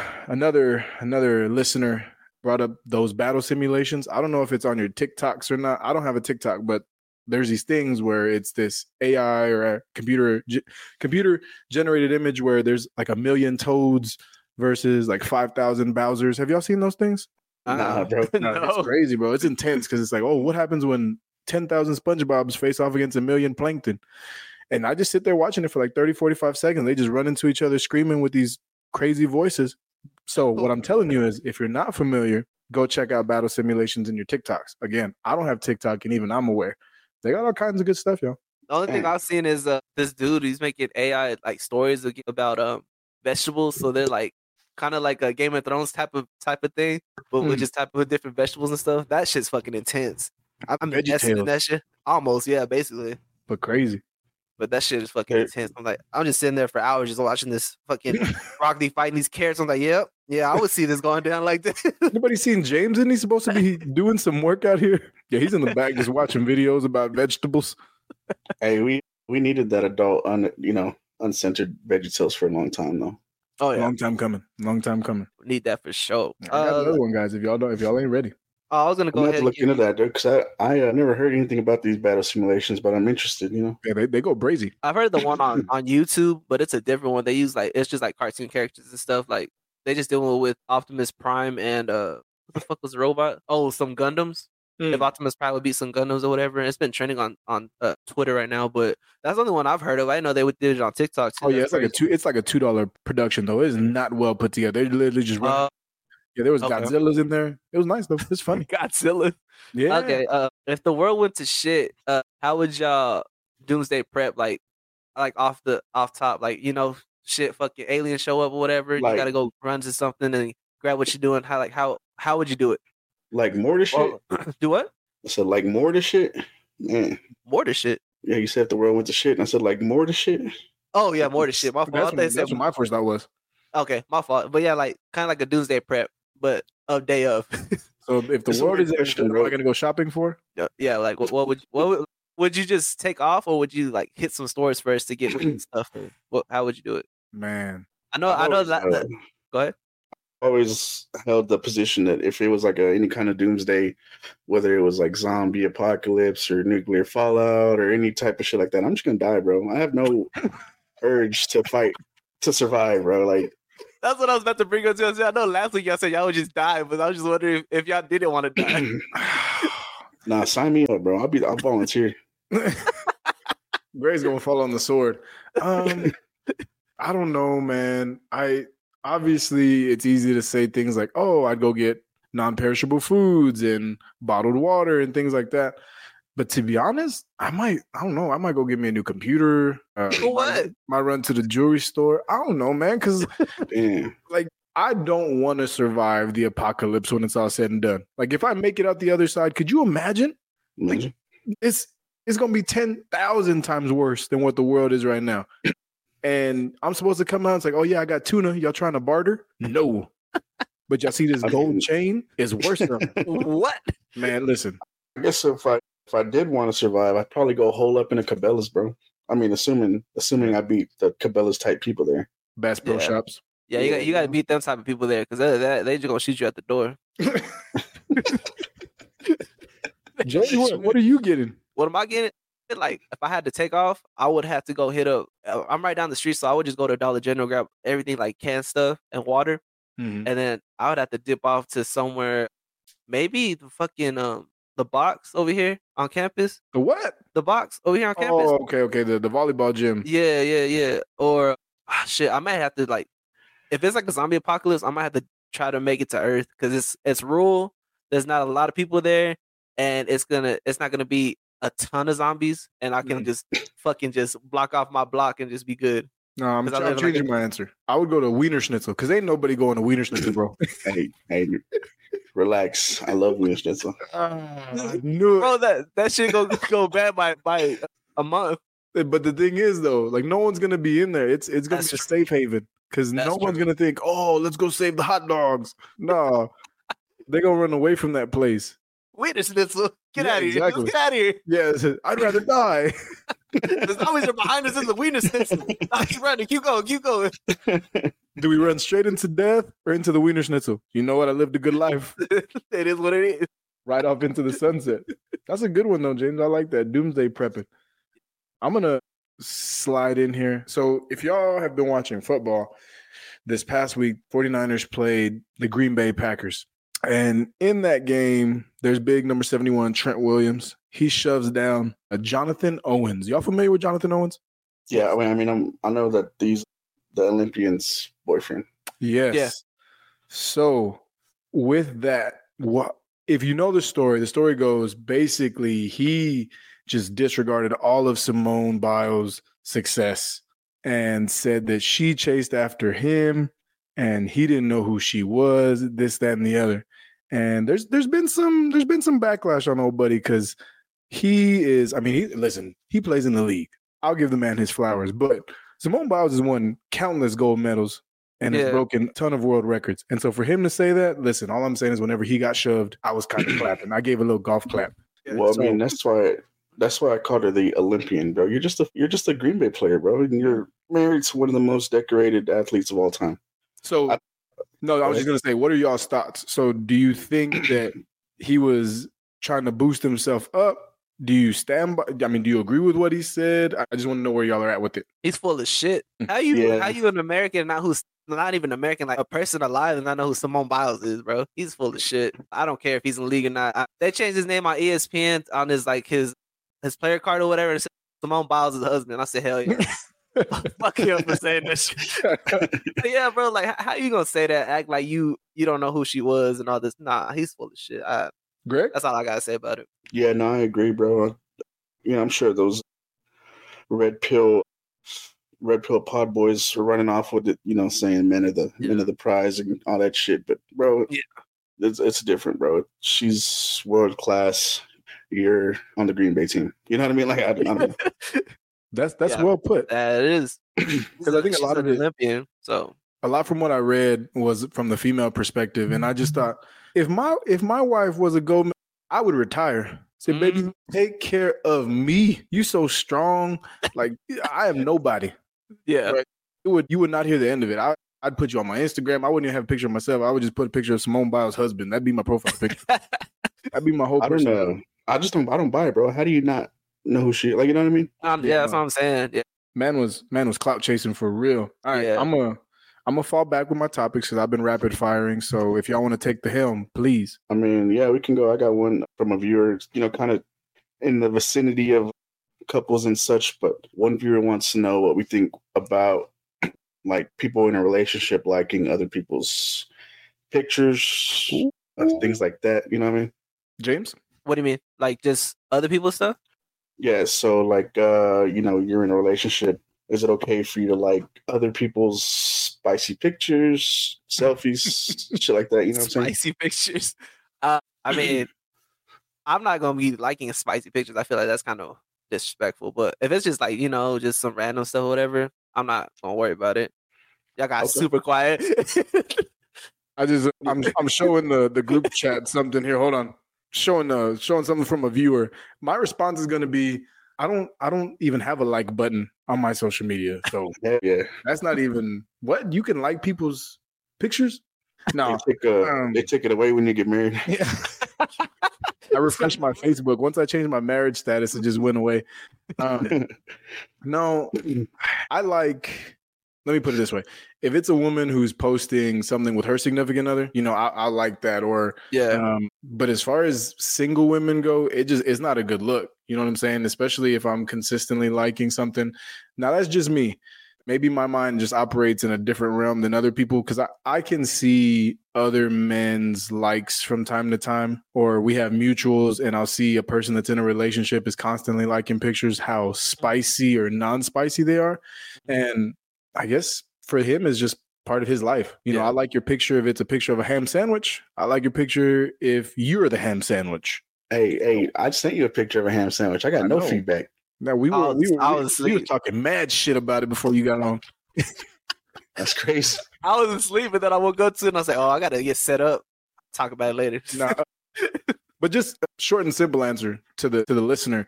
another another listener brought up those battle simulations. I don't know if it's on your TikToks or not. I don't have a TikTok, but there's these things where it's this AI or a computer ge- computer generated image where there's like a million toads versus like five thousand Bowser's. Have y'all seen those things? Nah, bro. no. It's crazy, bro. It's intense because it's like, oh, what happens when ten thousand SpongeBob's face off against a million plankton? And I just sit there watching it for like 30, 45 seconds. They just run into each other screaming with these crazy voices. So, what I'm telling you is if you're not familiar, go check out battle simulations in your TikToks. Again, I don't have TikTok, and even I'm aware. They got all kinds of good stuff, yo. The only thing Dang. I've seen is uh, this dude. He's making AI like stories ag- about um vegetables, so they're like kind of like a Game of Thrones type of type of thing, but Hmm. with just type of different vegetables and stuff. That shit's fucking intense. I'm I'm invested in VeggieTales. that shit. Almost, yeah, basically. But crazy. But that shit is fucking Hey. intense. I'm like, I'm just sitting there for hours just watching this fucking broccoli fighting these carrots. I'm like, yep, yeah, I would see this going down like this. Oh, Anybody seen James? Isn't he supposed to be doing some work out here? Yeah, he's in the back just watching videos about vegetables. Hey, we we needed that adult, un, you know, uncensored VeggieTales for a long time though. oh yeah, Long time coming. Long time coming. need that for sure. I got Uh, another one, guys. If y'all don't, if y'all ain't ready, oh, I was gonna I'm go ahead. gonna have to And look give, into that, dude, because I I uh, never heard anything about these battle simulations, but I'm interested. You know, yeah, they, they go brazy. I've heard the one on on YouTube, but it's a different one. They use like it's just like cartoon characters and stuff. Like they just dealing with Optimus Prime and uh, what the fuck was the robot? Oh, some Gundams. Mm. If Optimus Prime would beat some Gundams or whatever, and it's been trending on on uh, Twitter right now. But that's the only one I've heard of. I didn't know they would did it on TikTok. Too. Oh yeah, That's it's like a crazy. two. It's like a two dollar production though. It is not well put together. They literally just run. Uh, yeah, there was okay. Godzilla's in there. It was nice though. It's funny. Godzilla. Yeah. Okay. Uh, if the world went to shit, uh, how would y'all doomsday prep? Like, like off the off top, like you know, shit, fucking aliens show up or whatever. Like- you gotta go run to something and grab what you're doing. How like how how would you do it? like more to shit. Well, do what? I said like more to shit. Man, Mortar shit. yeah, you said if the world went to shit, and I said like more to shit. Oh yeah, mortar shit. My fault. I That's, thought what, it said, that's what my first thought was. okay, my fault. But yeah, like kind of like a doomsday prep, but of day of. So if the It's a world weird is question, question, what am bro. I gonna go shopping for? Yeah, yeah, like what, what would what would would you just take off or would you like hit some stores first to get stuff? What, how would you do it? Man, I know, I know always, that. uh, that go ahead. always held the position that if it was like a, any kind of doomsday, whether it was like zombie apocalypse or nuclear fallout or any type of shit like that, I'm just gonna die, bro. I have no urge to fight to survive, bro. Like That's what I was about to bring up to. I said, I know last week y'all said y'all would just die, but I was just wondering if, if y'all didn't want to die. nah, sign me up, bro. I'll be I'll volunteer. Gray's gonna fall on the sword. Um, I don't know, man. I obviously it's easy to say things like, "Oh, I'd go get non-perishable foods and bottled water and things like that." But to be honest, I might. I don't know. I might go get me a new computer. Uh, For what? My run to the jewelry store. I don't know, man. Because Damn. I don't want to survive the apocalypse when it's all said and done. Like if I make it out the other side, could you imagine? Imagine. it's it's gonna be ten thousand times worse than what the world is right now. And I'm supposed to come out and say, "Oh yeah, I got tuna. Y'all trying to barter? No, but y'all see this I mean- gold chain is worse than what? man. Listen, I guess if I if I did want to survive, I'd probably go hole up in a Cabela's, bro. I mean, assuming assuming I beat the Cabela's type people there. Bass Pro Yeah. Shops. Yeah, you got you got Yeah. to beat them type of people there because other than that they just gonna shoot you at the door. Jay, what, what are you getting? What am I getting? Like if I had to take off, I would have to go hit up. uh, I'm right down the street, so I would just go to Dollar General, grab everything like canned stuff and water, and then I would have to dip off to somewhere, maybe the fucking um the box over here on campus, The what? the box over here on campus. Oh, okay, okay. The the volleyball gym. Yeah, yeah, yeah. Or ah, shit, I might have to like, if it's like a zombie apocalypse, I might have to try to make it to Earth because it's it's rural. There's not a lot of people there, and it's gonna it's not gonna be a ton of zombies, and I can just fucking just block off my block and just be good. No, I'm, 'Cause I I'm live in, like, changing my answer. I would go to Wiener Schnitzel because ain't nobody going to Wiener Schnitzel, bro. Hey, hey, relax. I love Wiener Schnitzel. I knew it. Bro, that that shit go go bad by by a month. Eh, But the thing is, though, like no one's gonna be in there. It's it's gonna That's be a true. safe haven because no That's one's true. gonna think, "Oh, let's go save the hot dogs." No, they're gonna run away from that place. Witness this. Get Yeah, out of here. dudes, exactly. Get out of here. Yeah, it's- I'd rather die. The zombies are behind us in the wiener schnitzel. Nah, keep running. Keep going. Keep going. Do we run straight into death or into the Wiener Schnitzel? You know what? I lived a good life. it is what it is. Right off into the sunset. That's a good one though, James. I like that doomsday prepping. I'm gonna slide in here. So if y'all have been watching football this past week, 49ers played the Green Bay Packers. And in that game, there's big number 71, Trent Williams. He shoves down a Jonathan Owens. Y'all familiar with Jonathan Owens? Yeah, I mean, I mean, I'm, I know that these the Olympians' boyfriend. Yes. So with that, what if you know the story? The story goes basically he just disregarded all of Simone Biles' success and said that she chased after him and he didn't know who she was, this, that, and the other. And there's there's been some there's been some backlash on old buddy because he is, I mean, he listen, he plays in the league. I'll give the man his flowers, but Simone Biles has won countless gold medals and has Yeah. broken a ton of world records. And so for him to say that, listen, all I'm saying is whenever he got shoved, I was kind of clapping. I gave a little golf clap. Yeah, well, so- I mean, that's why that's why I called her the Olympian, bro. You're just a you're just a Green Bay player, bro, and you're married to one of the most decorated athletes of all time. So I- no, I was just gonna say, what are y'all's thoughts? So do you think that he was trying to boost himself up? Do you stand by? I mean, do you agree with what he said? I I just want to know where y'all are at with it. He's full of shit. Mm, How you Yeah. how you an American and not who's not even American, like a person alive and not know who Simone Biles is, bro. He's full of shit. I don't care if he's in the league or not. I- they changed his name on E ESPN on his like his his player card or whatever. It said Simone Biles' is husband. I said, hell yeah. Fuck you up for saying that shit. But yeah, bro. Like, h- how you gonna say that? Act like you you don't know who she was and all this. Nah, he's full of shit. I, Greg? that's all I gotta say about it. Yeah, no, I agree, bro. I, you know, I'm sure those red pill, red pill pod boys are running off with it. You know, saying men of the men of the prize and all that shit. But bro, Yeah. it's it's different, bro. She's world class. You're on the Green Bay team. You know what I mean? Like I, I don't know. That's that's Yeah. well put. That is Because I think a lot of it, Olympian. So a lot from what I read was from the female perspective, and I just thought if my if my wife was a gold, medal, I would retire. Say, baby, take care of me. You so strong, like I am nobody. yeah, It would you would not hear the end of it. I, I'd put you on my Instagram. I wouldn't even have a picture of myself. I would just put a picture of Simone Biles' husband. That'd be my profile picture. That'd be my whole. I don't personality. know. I just don't. I don't buy it, bro. How do you not know who she? Like you know what I mean? Um, yeah, Yeah, that's no. what I'm saying. Yeah, Man was man was clout chasing for real. All right, Yeah. I'm a I'm gonna fall back with my topics because I've been rapid firing. So if y'all want to take the helm, please. I mean, yeah, we can go. I got one from a viewer, you know, kind of in the vicinity of couples and such, but one viewer wants to know what we think about like people in a relationship liking other people's pictures, uh, things like that. You know what I mean? James. what do you mean? Like just other people's stuff? Yeah. So, like, uh, you know, you're in a relationship. Is it okay for you to like other people's spicy pictures, selfies, shit like that? You know what I'm saying? spicy pictures. Uh, I mean, I'm not gonna be liking spicy pictures. I feel like that's kind of disrespectful. But if it's just like you know, just some random stuff, or whatever, I'm not gonna worry about it. Y'all got Okay. super quiet. I just I'm I'm showing the the group chat something here. Hold on, showing uh showing something from a viewer. My response is going to be I don't I don't even have a like button on my social media, so Yeah. yeah. that's not even what you can like people's pictures. No, They, take, uh, um, they take it away when you get married. yeah. I refreshed my Facebook once I changed my marriage status. It just went away. Um, no, I like. Let me put it this way: if it's a woman who's posting something with her significant other, you know, I, I like that. Or yeah, Um, but as far as single women go, it just it's not a good look. You know what I'm saying? Especially if I'm consistently liking something. Now that's just me. Maybe my mind just operates in a different realm than other people because I, I can see other men's likes from time to time, or we have mutuals, and I'll see a person that's in a relationship is constantly liking pictures, how spicy or non spicy they are. And I guess for him, it's just part of his life. You know, Yeah. I like your picture if it's a picture of a ham sandwich. I like your picture if you're the ham sandwich. Hey, hey, I sent you a picture of a ham sandwich. I got I no know. feedback. Now we I were, we was- were, I we- was we were asleep. talking mad shit about it before you got on. That's crazy. I was asleep, and then I woke up too, and I was like, oh, I gotta get set up. Talk about it later. Nah. uh, but just a short and simple answer to the to the listener.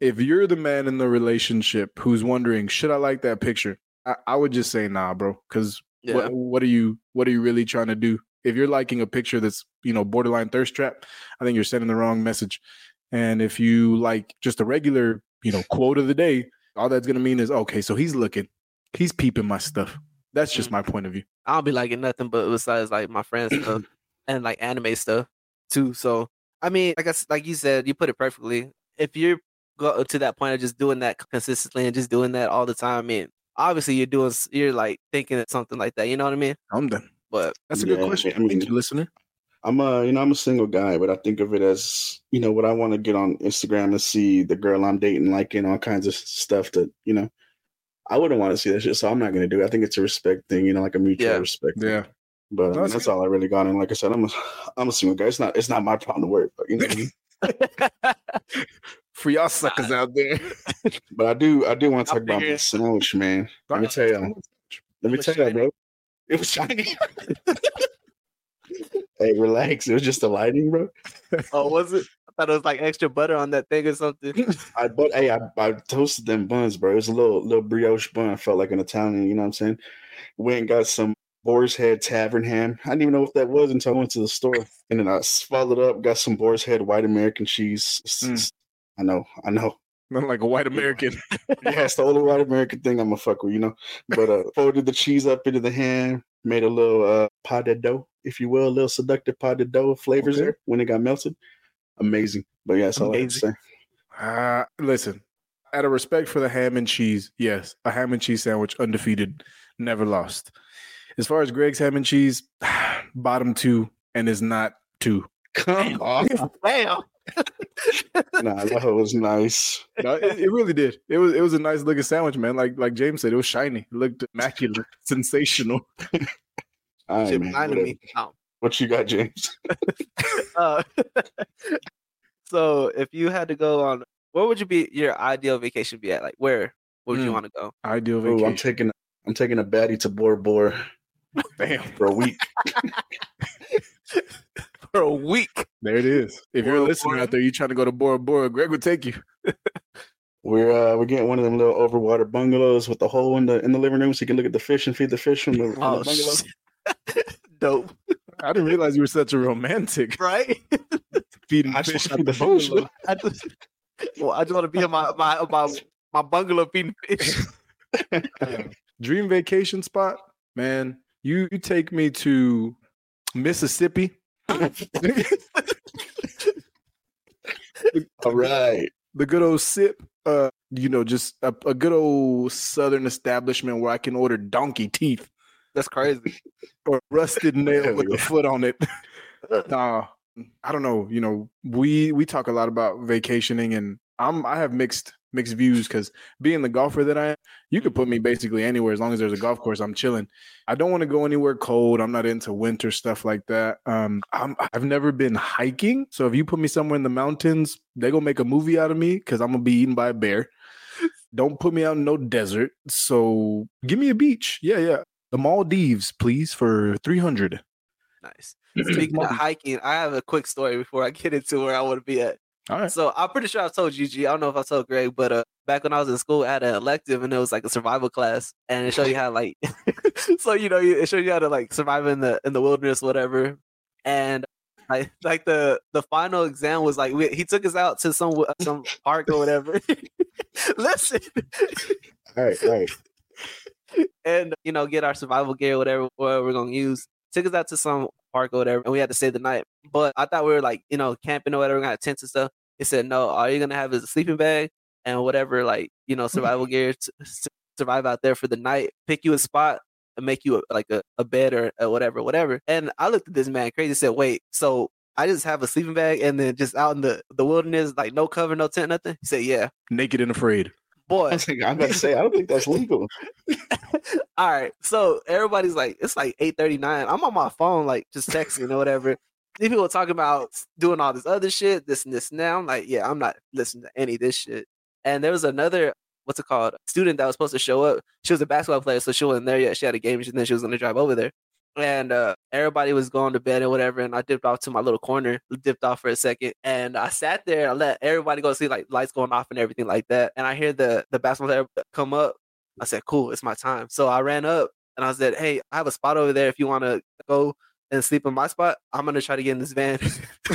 If you're the man in the relationship who's wondering, should I like that picture? I, I would just say nah, bro. Cause yeah. what what are you what are you really trying to do? If you're liking a picture that's, you know, borderline thirst trap, I think you're sending the wrong message. And if you like just a regular, you know, quote of the day, all that's gonna mean is okay, so he's looking, he's peeping my stuff. That's just Mhm. Mm-hmm. my point of view. I don't be liking nothing but besides like my friends stuff and like anime stuff too. So I mean, like I s- like you said, you put it perfectly. If you're go to that point of just doing that consistently and just doing that all the time. I mean, obviously you're doing s- you're like thinking of something like that. You know what I mean? I'm done. But That's a Yeah, good question. I mean- Thank you, listener. I'm a you know I'm a single guy, but I think of it as you know what I want to get on Instagram and see the girl I'm dating liking all kinds of stuff that you know I wouldn't want to see that shit, so I'm not gonna do it. I think it's a respect thing, you know, like a mutual Yeah. respect. thing. Yeah. But No, um, it's that's good. all I really got. And like I said, I'm a I'm a single guy. It's not it's not my problem to worry about. You know what I mean? For y'all suckers out there. But I do I do want to I talk about my figured- sandwich, man. Let me tell you, let me was tell you, shiny. bro. It was shiny. hey, relax. It was just the lighting, bro. oh, was it? I thought it was like extra butter on that thing or something. I but hey, I, I toasted them buns, bro. It was a little little brioche bun. I felt like an Italian, you know what I'm saying? Went and got some boar's head tavern ham. I didn't even know what that was until I went to the store. And then I s- followed up, got some boar's head white American cheese. S- Mm. s- I know, I know. Not like a white American. Yeah, it's the only white American thing I'm a fuck with, you know. But uh folded the cheese up into the ham, made a little uh pot de dough, if you will, a little seductive pot de dough flavors Okay. there when it got melted. Amazing. But yeah, that's all I have to Amazing. say. Uh, listen, out of respect for the ham and cheese, yes, a ham and cheese sandwich, undefeated, never lost. As far as Greg's ham and cheese, bottom two and is not two. Come on. Damn. nah, that was nice. No, it, it really did. It was it was a nice looking sandwich, man. Like like James said, it was shiny. It looked immaculate, sensational. All right, Shit man, reminded whatever. me. Oh. What you got, James? Uh, so if you had to go on where would you be your ideal vacation be at? Like where would you Mm. want to go? Ideal Ooh, I'm vacation. taking I'm taking a baddie to Bora Bora Damn, for a week. For a week. there it is. If you're Bora listening Bora. out there, you trying to go to Bora Bora, Greg would take you. We're uh, we're getting one of them little overwater bungalows with the hole in the in the living room, so you can look at the fish and feed the fish from the, from the Oh, bungalow. shit. Dope, I didn't realize you were such a romantic right? feeding I fish just out want the to feed the fish. bungalow. I just, well, I just want to be in my my my, my bungalow feeding fish. dream vacation spot, man. You you take me to Mississippi. the All right, good old sip. Uh, you know, just a, a good old southern establishment where I can order donkey teeth That's crazy. or rusted nail with a foot on it. nah, I don't know. You know, we we talk a lot about vacationing, and I'm I have mixed mixed views because being the golfer that I am, you could put me basically anywhere as long as there's a golf course. I'm chilling. I don't want to go anywhere cold. I'm not into winter stuff like that. Um, I'm, I've never been hiking, so if you put me somewhere in the mountains, they gonna make a movie out of me because I'm gonna be eaten by a bear. Don't put me out in no desert. So give me a beach. Yeah, yeah. The Maldives, please, for three hundred. Nice. Mm-hmm. Speaking of hiking, I have a quick story before I get into where I want to be at. All right. So I'm pretty sure I've told you, G. I don't know if I told Greg, but uh, back when I was in school, I had an elective and it was like a survival class, and it showed you how like, so you know, it showed you how to like survive in the in the wilderness, whatever. And like like the the final exam was like we, he took us out to some w- some park or whatever. Listen, all right, all right. and you know, get our survival gear, whatever, whatever we're gonna use. Took us out to some park or whatever, and we had to stay the night. But I thought we were like, you know, camping or whatever, we got tents and stuff. He said, no, all you're gonna have is a sleeping bag and whatever, like you know, survival gear to, to survive out there for the night. Pick you a spot and make you a, like a, a bed or a whatever, whatever. And I looked at this man crazy, said, wait, so. I just have a sleeping bag and then just out in the, the wilderness, like no cover, no tent, nothing. He said, Yeah, Naked and afraid. boy. I was like, I'm about to say, I don't think that's legal. All right. So everybody's like, it's like 839. I'm on my phone, like just texting or whatever. These people are talking about s- doing all this other shit, this and this now. I'm like, yeah, I'm not listening to any of this shit. And there was another, what's it called, student that was supposed to show up. She was a basketball player, so she wasn't there yet. She had a game, and then she was gonna drive over there. And uh, everybody was going to bed and whatever. And I dipped off to my little corner, dipped off for a second, and I sat there. I let everybody go see like lights going off and everything like that. And I hear the the basketball player come up, I said, cool, it's my time. So I ran up and I said, hey, I have a spot over there. If you want to go and sleep in my spot, I'm going to try to get in this van.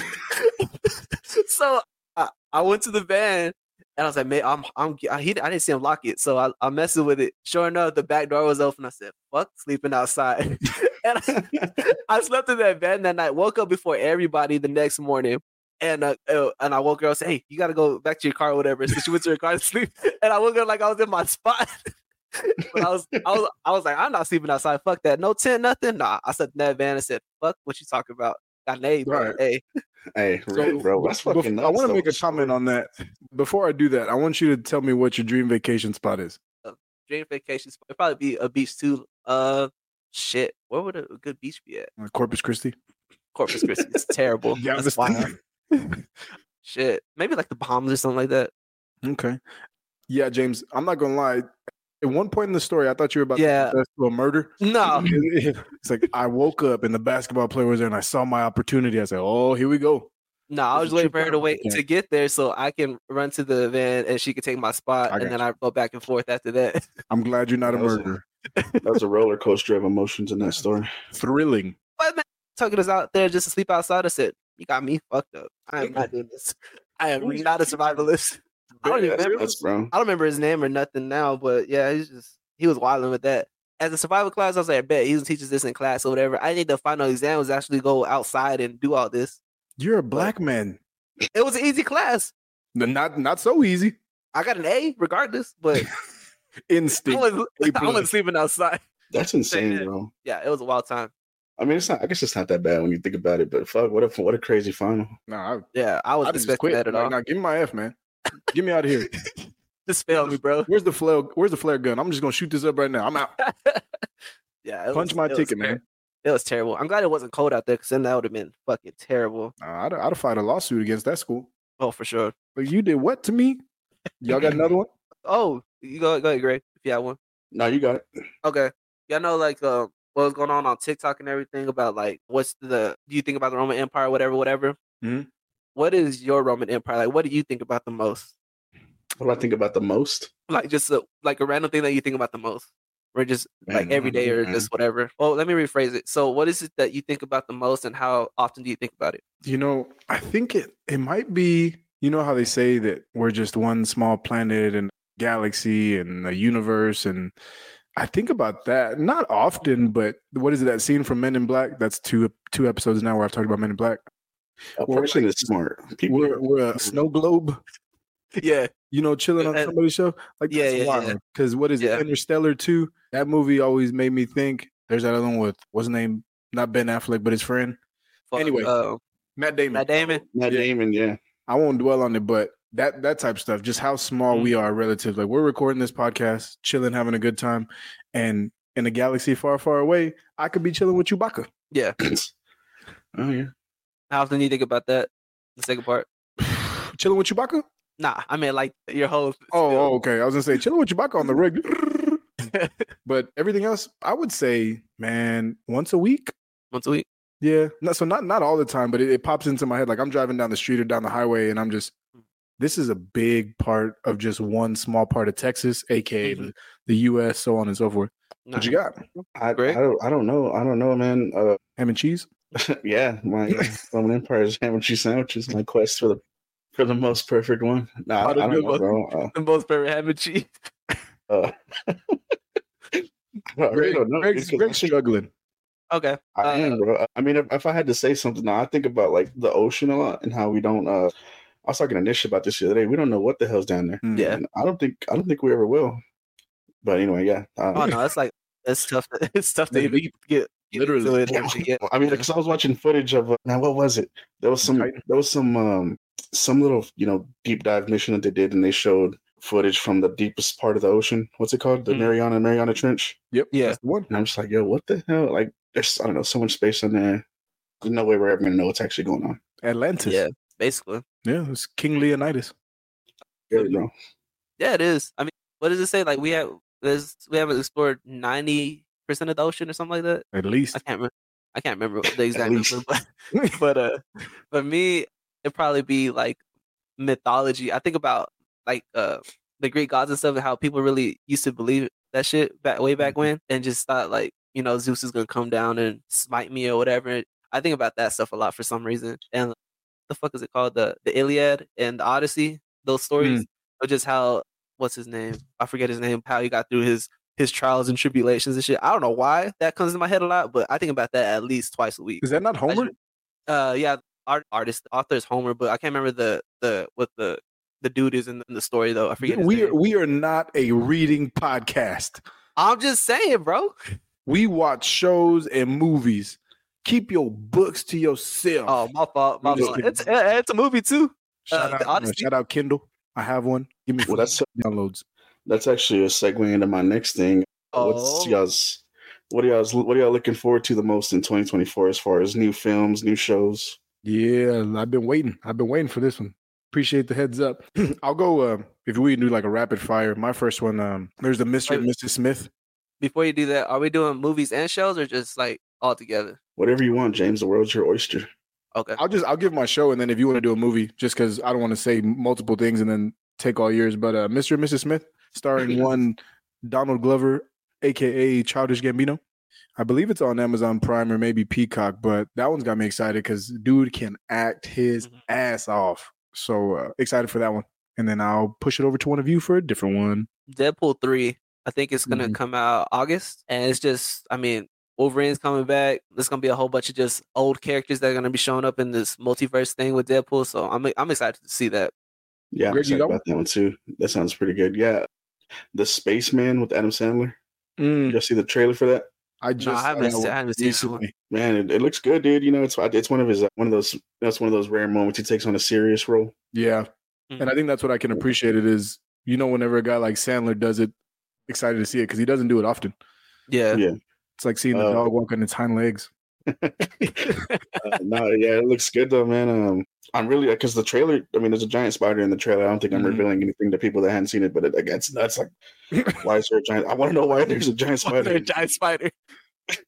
so I, I went to the van and I was like, man, I'm, I'm, I, he, I didn't see him lock it. So I, I messed with it. Sure enough, the back door was open. I said, fuck, sleeping outside. and I, I slept in that van that night, woke up before everybody the next morning. And uh, uh, and I woke her up say, hey, you gotta go back to your car or whatever. So she went to her car to sleep, and I woke her like I was in my spot. but I was I was I was like, I'm not sleeping outside. Fuck that. No tent, nothing. Nah. I said that van and said, fuck what you talking about. Got laid, bro. Right. Hey, Hey, So, right, bro, that's bef- fucking. Nuts, I want to though. make a comment on that. Before I do that, I want you to tell me what your dream vacation spot is. dream vacation spot. It'd probably be a beach too. Uh shit. Where would a good beach be at? Uh, Corpus Christi. Corpus Christi. It's terrible. Yeah, That's this- why. Shit. Maybe like the Bahamas or something like that. Okay. Yeah, James, I'm not gonna lie. At one point in the story, I thought you were about Yeah. Oh. to confess to a murder. No. it's like I woke up and the basketball player was there, and I saw my opportunity. I said, "Oh, here we go." No, I Is was it waiting cheap for her or to wait okay? to get there so I can run to the van and she could take my spot, I and got then I go back and forth after that. I'm glad you're not a That was a- murderer. That was a roller coaster of emotions in that story. Thrilling. But man, tucking us out there just to sleep outside. I said, "You got me fucked up. I am not doing this. I am Who's- not a survivalist." I don't even That's remember. nuts, bro. I don't remember his name or nothing now, but yeah, he's just he was wilding with that. As a survival class, I was like, I bet he teaches this in class or whatever. I need the final exam was actually go outside and do all this. You're a black man. It was an easy class. N- Not not so easy. I got an A regardless, but I Instinct. wasn't, A I wasn't plus. sleeping outside. That's insane, that. bro. Yeah, it was a wild time. I mean, it's not. I guess it's not that bad when you think about it. But fuck, what a what a crazy final. Nah, I, Yeah, I I wasn't just expecting quit. that at Like, all. nah, give me my F, man. Get me out of here. Just failed me, bro. Where's the flare? Where's the flare gun? I'm just gonna shoot this up right now. I'm out. yeah, it Punch was- my it was ticket, ter- man. It was terrible. I'm glad it wasn't cold out there, because then that would have been fucking terrible. Nah, I'd, I'd fight a lawsuit against that school. Oh, for sure. Like you did what to me? Y'all got another one? Oh, you go, go ahead, Greg. If you had one. No, you got it. Okay. Y'all know like uh, what was going on on TikTok and everything about like what's the do you think about the Roman Empire, whatever, whatever. Mhm. What is your Roman Empire like? What do you think about the most? What do I think about the most? Like just a, like a random thing that you think about the most, or just like Man, every I day, don't or know. just whatever. Well, let me rephrase it. So, what is it that you think about the most, and how often do you think about it? You know, I think it it might be. You know how they say that we're just one small planet and galaxy and a universe, and I think about that not often, but what is it? That scene from Men in Black? That's two two episodes now where I've talked about Men in Black. a we're person like- is smart. People, We're we're a snow globe. Yeah, you know, chilling on Uh, somebody's show. Like, yeah, yeah, yeah, that's yeah. wild. Because what is Yeah. it, Interstellar 2? That movie always made me think. There's that other one with, what's his name? Not Ben Affleck, but his friend, Fuck, Anyway. uh, Matt Damon. Matt Damon. Matt Yeah. Damon, yeah. I won't dwell on it, but that that type of stuff, just how small we Mm-hmm. are relative. Like, we're recording this podcast, chilling, having a good time. And in a galaxy far, far away, I could be chilling with Chewbacca. Yeah. Oh yeah. How often do you think about that? The second part. chilling with Chewbacca? Nah, I mean like your whole. Oh, oh, okay. I was gonna say chilling with Chewbacca on the rig, but everything else, I would say, man, once a week. once a week. Yeah. Not, so not not all the time, but it, it pops into my head. Like I'm driving down the street or down the highway, and I'm just, this is a big part of just one small part of Texas, aka Mhm. the, the U.S., so on and so forth. What you got? I, I Greg? don't. I don't know. I don't know, man. Uh, Ham and cheese. yeah, my uh, Roman Empire's ham and cheese sandwiches. My quest for the for the most perfect one. No, I, I Not a don't good know, one. bro. Uh, The most favorite ham and cheese. uh, I really Greg, don't know. Greg's, because I Greg's think- struggling. Okay. I uh, am, bro. I mean, if, if I had to say something, now I think about like the ocean a lot and how we don't. uh I was talking to Nish about this the other day. We don't know what the hell's down there. Mm. Yeah. And I don't think. I don't think we ever will. But anyway, yeah. I- Oh no, it's like it's tough. To, it's tough to even get, get Literally. into it Yeah. and to get- I mean, because I was watching footage of uh, now what was it? There was some Titan. there was some um some little you know deep dive mission that they did, and they showed footage from the deepest part of the ocean. What's it called? The Mhm. Mariana Mariana Trench. Yep. Yeah. that's the one. And I'm just like, yo, what the hell? Like, there's I don't know, so much space in there. There's no way we're ever gonna know what's actually going on. Atlantis. Yeah, basically. Yeah, It's King Leonidas. There you go. Yeah, it is. I mean, what does it say? Like we have, there's, we haven't explored ninety percent of the ocean or something like that. At least. I can't remember. I can't remember the exact least. number, but but uh, for me, it'd probably be like mythology. I think about like uh the Greek gods and stuff, and how people really used to believe that shit back way back Mhm. when, and just thought like you know Zeus is gonna come down and smite me or whatever. I think about that stuff a lot for some reason. And the fuck is it called the the Iliad and the Odyssey? Those stories, or just how what's his name? I forget his name. How he got through his his trials and tribulations and shit. I don't know why that comes in my head a lot, but I think about that at least twice a week. Is that not Homer? Uh, yeah, art, artist, author's Homer, but I can't remember the the what the the dude is in the, in the story though. I forget. his we are, name. we are not a reading podcast. I'm just saying, bro. We watch shows and movies. Keep your books to yourself. Oh, my fault. My I'm just fault. kidding. It's, uh, it's a movie too. shout, uh, out, the Odyssey- shout out Kindle. I have one. Give me four Well, that's downloads. that's actually a segue into my next thing. Oh, Oh. What's Oh. y'all's what are y'all's what are y'all looking forward to the most in 2024 as far as new films, new shows? Yeah, I've been waiting. I've been waiting for this one. Appreciate the heads up. I'll go uh, if we can do like a rapid fire. My first one, um, there's the Mr. and Wait. Mrs. Smith. Before you do that, are we doing movies and shows or just like all together? Whatever you want, James. The world's your oyster. Okay. I'll just I'll give my show and then if you want to do a movie, just because I don't want to say multiple things and then take all yours. But uh Mr. and Mrs. Smith, starring one Donald Glover, aka Childish Gambino. I believe it's on Amazon Prime or maybe Peacock, but that one's got me excited because dude can act his Mhm. ass off. So uh, excited for that one. And then I'll push it over to one of you for a different one. Deadpool three. I think it's gonna Mhm. come out August, and it's just, I mean, Wolverine's coming back. There's gonna be a whole bunch of just old characters that are gonna be showing up in this multiverse thing with Deadpool. So I'm I'm excited to see that. Yeah, I'm Greg, you excited got about that one too. That sounds pretty good. Yeah, the Spaceman with Adam Sandler. Did you see the trailer for that? I No, I saw haven't, that seen- one I haven't seen this one. recently. Man, it, it looks good, dude. You know, it's it's one of his one of those that's one of those rare moments he takes on a serious role. Yeah. Mm. And I think that's what I can appreciate it is, you know, whenever a guy like Sandler does it, excited to see it because he doesn't do it often. Yeah. Yeah. It's like seeing the Uh, dog walk on its hind legs. Uh, no, yeah, it looks good though, man. Um, I'm really because the trailer. I mean, there's a giant spider in the trailer. I don't think I'm Mhm. revealing anything to people that hadn't seen it, but it, like, it's nuts. Like, why is there a giant? I want to know why there's a giant spider. Spider, giant spider.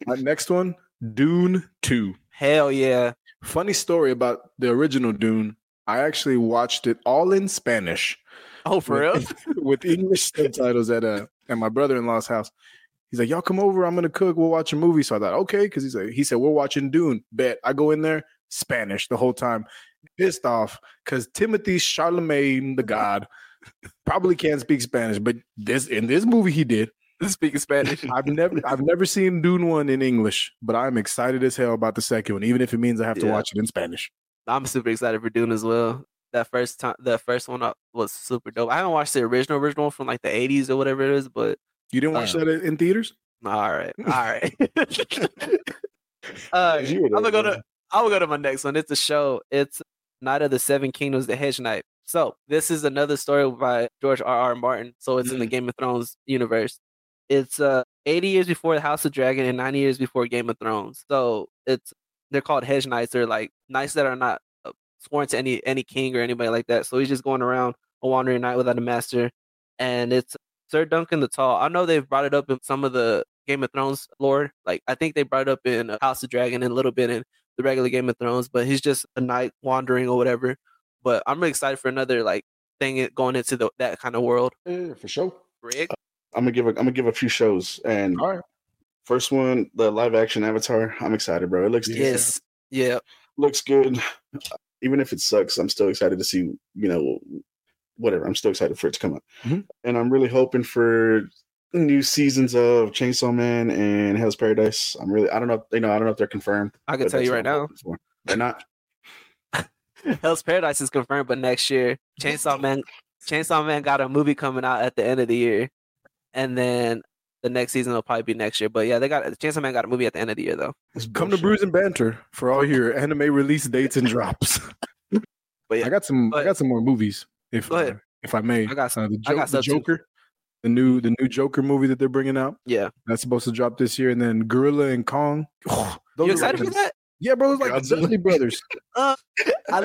My Uh, next one, Dune 2. Hell yeah. Funny story about the original Dune. I actually watched it all in Spanish Oh, for Yeah. real? with English subtitles at uh at my brother in law's house. He's like, "Y'all come over. I'm gonna cook. We'll watch a movie." So I thought, okay, because he's like, he said we're watching Dune. Bet I go in there Spanish the whole time, pissed off because Timothy Charlemagne the God probably can't speak Spanish, but this in this movie he did. Speaking Spanish. I've never I've never seen Dune one in English, but I'm excited as hell about the second one, even if it means I have to Yeah. watch it in Spanish. I'm super excited for Dune as well. That first time, the first one up was super dope. I haven't watched the original original one from like the 80s or whatever it is, but You didn't watch that in theaters? all right, all right. uh, Because you were I'm gonna there, go bro. to I'm gonna go to my next one. It's a show. It's Night of the Seven Kingdoms, The Hedge Knight. So this is another story by George R. R. Martin. So it's in Mm. the Game of Thrones universe. It's uh 80 years before the House of Dragon and 90 years before Game of Thrones. So it's they're called hedge knights. They're like knights that are not uh, sworn to any any king or anybody like that. So he's just going around a wandering knight without a master. And it's Sir Duncan the Tall. I know they've brought it up in some of the Game of Thrones lore. Like I think they brought it up in uh, House of Dragon and a little bit in the regular Game of Thrones. But he's just a knight wandering or whatever. But I'm really excited for another like thing it- going into the, that kind of world. for sure. Rick, Oh, I'm gonna give a, I'm gonna give a few shows, and All right. first one, the live action Avatar. I'm excited, bro. It looks Yeah. yes, yeah, looks good. Even if it sucks, I'm still excited to see, you know, whatever. I'm still excited for it to come out. Mhm. And I'm really hoping for new seasons of Chainsaw Man and Hell's Paradise. I'm really I don't know, if- you know, I don't know if they're confirmed. I can but tell you that's right what now. I'm hoping for. They're not. Hell's Paradise is confirmed, but next year Chainsaw Man Chainsaw Man got a movie coming out at the end of the year, and then the next season will probably be next year. But yeah, they got Chainsaw Man got a movie at the end of the year though. That's Come to bullshit. Brews and Banter for all your anime release dates and drops. But yeah, I got some. I But- got some more movies. If Go ahead. uh, if I may, I got some- uh, the, I Jo- got the stuff too. Joker, the new the new Joker movie that they're bringing out. yeah. That's supposed to drop this year, and then Gorilla and Kong. Those You are excited for like- that? Yeah, bro. It's like the Godzilla. Dudley Brothers. I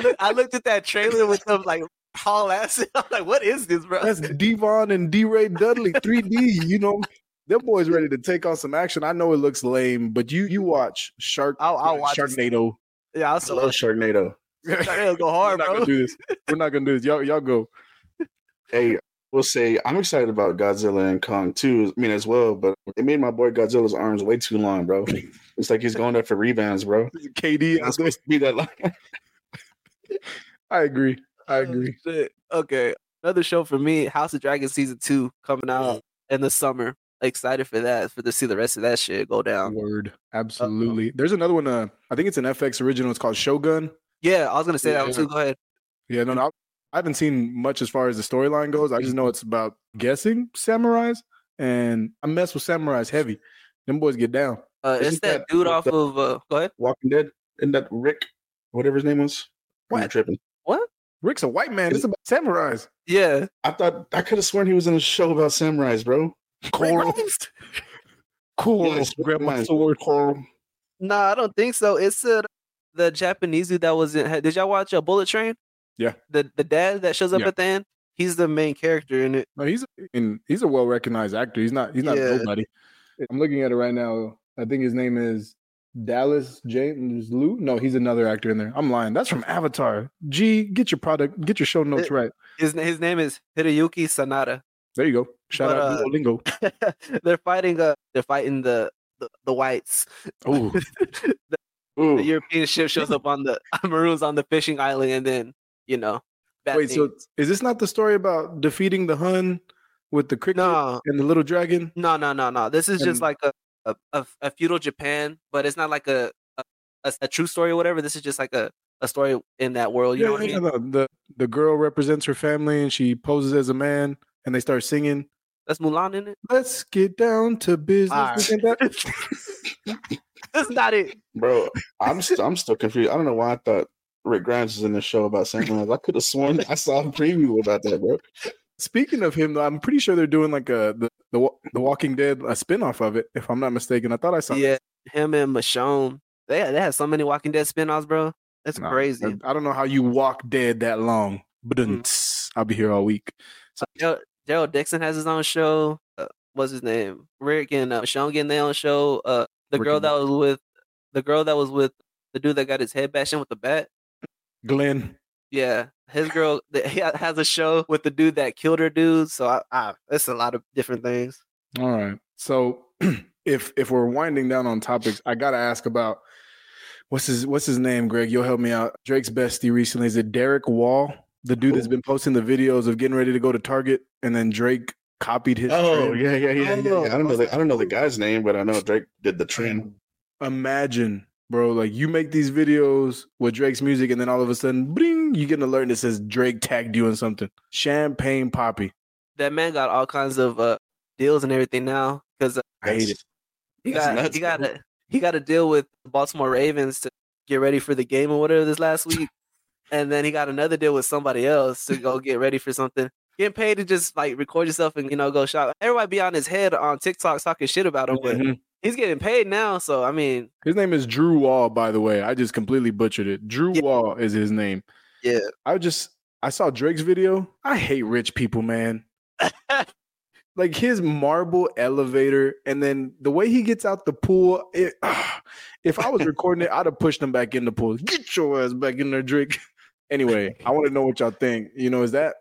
look I looked at that trailer with them like haul ass. I'm like, what is this, bro? That's Devon and D. Ray Dudley, 3D. You know, them boys ready to take on some action. I know it looks lame, but you you watch Shark. I'll, I'll watch. it. Sharknado. Yeah, I'll I love so Sharknado. Sharknado go We're hard, not bro. gonna do this. We're not gonna do this. Y'all y'all go. Hey, we'll say I'm excited about Godzilla and Kong too. I mean as well, but it made my boy Godzilla's arms way too long, bro. It's like he's going up for rebounds, bro. KD. Not supposed to be that long. I agree. I Oh, agree. shit. Okay. Another show for me, House of Dragons season two coming Mm. out in the summer. Excited for that, for to see the rest of that shit go down. Word. Absolutely. There's another one. Uh, I think it's an FX original. It's called Shogun. Yeah, I was gonna say that one Yeah. too. Go ahead. Yeah, no, no, I haven't seen much as far as the storyline goes. I just know it's about guessing samurais, and I mess with samurais heavy. Them boys get down. Uh, it's Isn't that, that- dude that- off of. Uh, go ahead. Walking Dead, and that Rick, whatever his name was. I'm What? tripping. Rick's a white man. It's about samurais. Yeah, I thought I could have sworn he was in a show about samurais, bro. Coral, coral. Yes, Grab my samurais. sword. Coral. No, I don't think so. It's uh, the Japanese dude that was in. ha- Did y'all watch a Bullet Train? Yeah. The the dad that shows up Yeah. at the end. He's the main character in it. No, he's and he's a well recognized actor. He's not. He's not Yeah. nobody. I'm looking at it right now. I think his name is Dallas James Lou. No, he's another actor in there. I'm lying. That's from Avatar. G, get your product. Get your show notes It- right. His na- his name is Hideyuki Sanada. There you go. Shout but, out uh, Duolingo. they're fighting uh they're fighting the the, the whites. Oh, Ooh, The European ship shows up on the maroons on the fishing island, and then you know. bad wait. So things. is this not the story about defeating the Hun with the cricket no, and the little dragon? no, no, no, no. This is And- just like a a, a a feudal Japan, but it's not like a a, a a true story or whatever. This is just like a a story in that world. You know what I mean? no, the the girl represents her family and she poses as a man, and they start singing. That's Mulan in it. Let's get down to business. Alright. Isn't that- That's not it. bro, I'm st- I'm still confused. I don't know why I thought Rick Grimes was in the show about samurais. I could have sworn I saw a preview about that, bro. Speaking of him, though, I'm pretty sure they're doing like a the the, Wa- the Walking Dead a spinoff of it, if I'm not mistaken. I thought I saw. Yeah, him and Michonne. They they have so many Walking Dead spin-offs, bro. That's Nah, crazy. I, I don't know how you walk dead that long, but Mm. I'll be here all week. Uh, Gerald, Gerald Dixon has his own show. Uh, what's his name? Rick and uh, Michonne getting their own show. Uh, the Rick girl and that was with the girl that was with the dude that got his head bashed in with the bat. Glenn, Yeah, his girl that he ha- has a show with the dude that killed her dude. So I, I it's a lot of different things. All right. So if if we're winding down on topics, I gotta ask about what's his what's his name, Greg? You'll help me out. Drake's bestie recently is it Derek Wall, the dude that's been posting the videos of getting ready to go to Target, and then Drake copied his. Oh trend. yeah, yeah, yeah, yeah. Oh. yeah. I don't know. The, I don't know the guy's name, but I know Drake did the trend. Imagine, bro, like you make these videos with Drake's music, and then all of a sudden, bling, you get an alert that says Drake tagged you in something. Champagne Poppy. That man got all kinds of uh, deals and everything now because I hate it. He That's got nuts, he bro. got to he got to deal with the Baltimore Ravens to get ready for the game or whatever this last week, and then he got another deal with somebody else to go get ready for something. Getting paid to just like record yourself and you know go shop. Everybody be on his head on TikTok talking shit about him, but Mhm. he's getting paid now. So I mean, His name is Drew Wall, by the way. I just completely butchered it. Drew Yeah. Wall is his name. yeah, I just I saw Drake's video. I hate rich people, man. like his marble elevator, and then the way he gets out the pool. It, if I was recording it, I'd have pushed him back in the pool. Get your ass back in there, Drake. anyway, I want to know what y'all think. You know, is that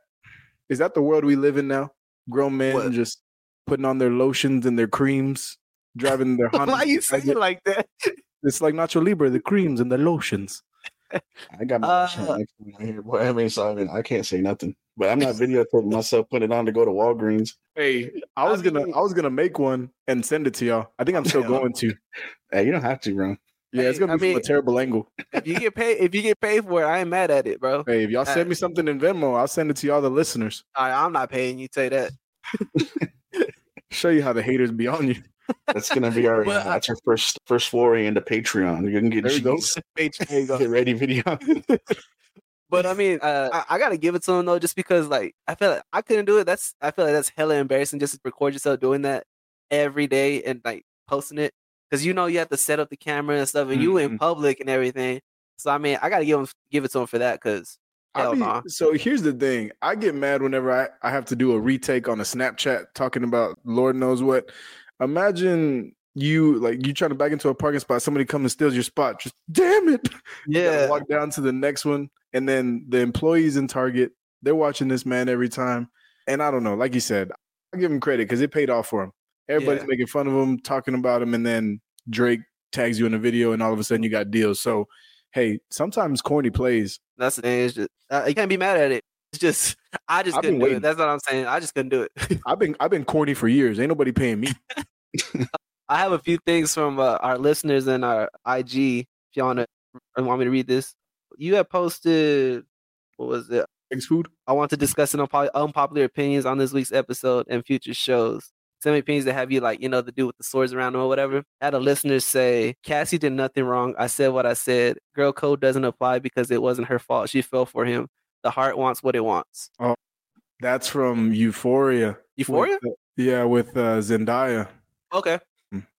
is that the world we live in now? Grown men What? just putting on their lotions and their creams, driving their Honda. why you saying it like that? It's like Nacho Libre, the creams and the lotions. I got my Uh, shot next to me right here, boy. I mean, so I mean, I can't say nothing, but I'm not videotaping myself putting it on to go to Walgreens. Hey, I I was gonna mean- I was gonna make one and send it to y'all. I think I'm still Yeah. going to. Hey, you don't have to, bro. Yeah, it's Hey, gonna I be from mean- a terrible angle. If you get paid, if you get paid for it, I ain't mad at it, bro. Hey, if y'all send me Uh, something in Venmo, I'll send it to y'all the listeners. I, I'm not paying you. Say that. Show you how the haters be on you. That's gonna be our. Well, I- that's our first first foray into Patreon. You can get There you go. cheese, There you go. get ready video. But I mean, uh, I, I gotta give it to him though, just because like I feel like I couldn't do it. That's I feel like that's hella embarrassing just to record yourself doing that every day and like posting it because you know you have to set up the camera and stuff, and you in Mhm. public and everything. So I mean, I gotta give him give it to him for that because I hell be- no. So here's the thing. I get mad whenever I, I have to do a retake on a Snapchat talking about Lord knows what. Imagine you like you trying to back into a parking spot, somebody comes and steals your spot. Just damn it. You gotta Yeah, walk down to the next one. And then the employees in Target, they're watching this man every time. And I don't know, like you said, I give him credit because it paid off for him. Everybody's Yeah. making fun of him, talking about him, and then Drake tags you in a video, and all of a sudden you got deals. So, hey, sometimes corny plays. that's the thing. It's just uh, you can't be mad at it. It's just I just I've been couldn't do waiting. it. That's what I'm saying. I just couldn't do it. I've been I've been corny for years. Ain't nobody paying me. I have a few things from uh, our listeners and our IG. If y'all wanna, want me to read this, you had posted what was it? Thanks, food. I want to discuss an unpo- unpopular opinions on this week's episode and future shows. So many opinions that have you like, you know, the dude with the swords around him or whatever. I had a listener say, Cassie did nothing wrong. I said what I said. Girl code doesn't apply because it wasn't her fault. She fell for him. The heart wants what it wants. That's from Euphoria. Euphoria? With, uh, yeah, with uh, Zendaya. Okay.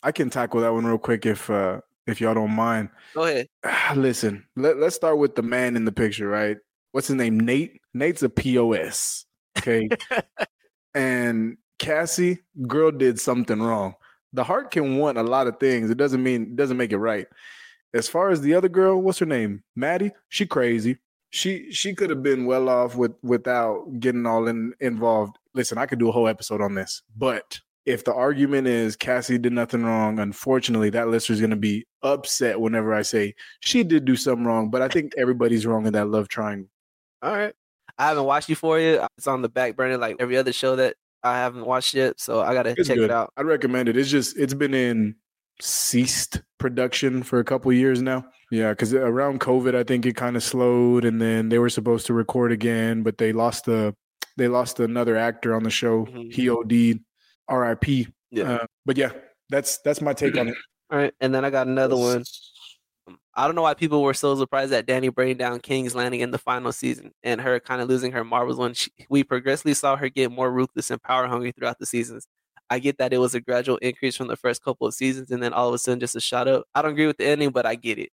I can tackle that one real quick if uh, if y'all don't mind. Go ahead. Listen, let, let's start with the man in the picture, right? What's his name? Nate. Nate's a POS. Okay. and Cassie, girl did something wrong. The heart can want a lot of things. It doesn't mean it doesn't make it right. As far as the other girl, what's her name? Maddie. She crazy. She she could have been well off with without getting all in, involved. Listen, I could do a whole episode on this, but if the argument is Cassie did nothing wrong, unfortunately, that listener's going to be upset whenever I say she did do something wrong. But I think everybody's wrong in that love triangle. All right. I haven't watched Euphoria. It's on the back burner like every other show that I haven't watched yet. So I got to It's check good. it out. I'd recommend it. It's just it's been in ceased production for a couple years now. Yeah, because around COVID, I think it kind of slowed, and then they were supposed to record again, but they lost the they lost another actor on the show. Mhm. He OD'd, R.I.P. Yeah. Uh, but yeah, that's that's my take on it. All right. And then I got another one. I don't know why people were so surprised at Danny bringing down King's Landing in the final season and her kind of losing her marbles when she, we progressively saw her get more ruthless and power hungry throughout the seasons. I get that it was a gradual increase from the first couple of seasons and then all of a sudden just a shot up. I don't agree with the ending, but I get it.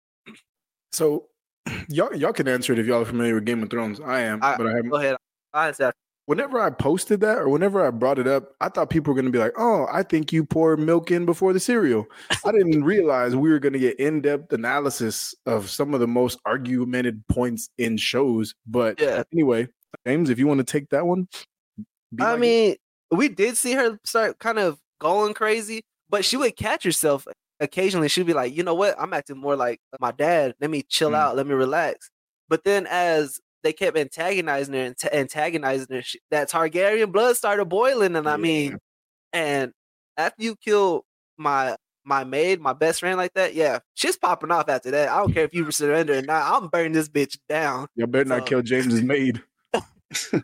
So y'all y'all can answer it if y'all are familiar with Game of Thrones. I am, I- but I haven't. Go ahead. I said, Whenever I posted that or whenever I brought it up, I thought people were going to be like, "Oh, I think you pour milk in before the cereal." I didn't realize we were going to get in-depth analysis of some of the most argumented points in shows. But yeah. anyway, James, if you want to take that one, be I my guest. mean, we did see her start kind of going crazy, but she would catch herself occasionally. She'd be like, you know what? I'm acting more like my dad. Let me chill Mm. out. Let me relax. But then as they kept antagonizing her and ta- antagonizing her, she, that Targaryen blood started boiling. And I Yeah. mean, and after you kill my my maid, my best friend like that, yeah, she's popping off after that. I don't care if you surrender or not. I'm burning this bitch down. y'all better not so- kill James's maid. so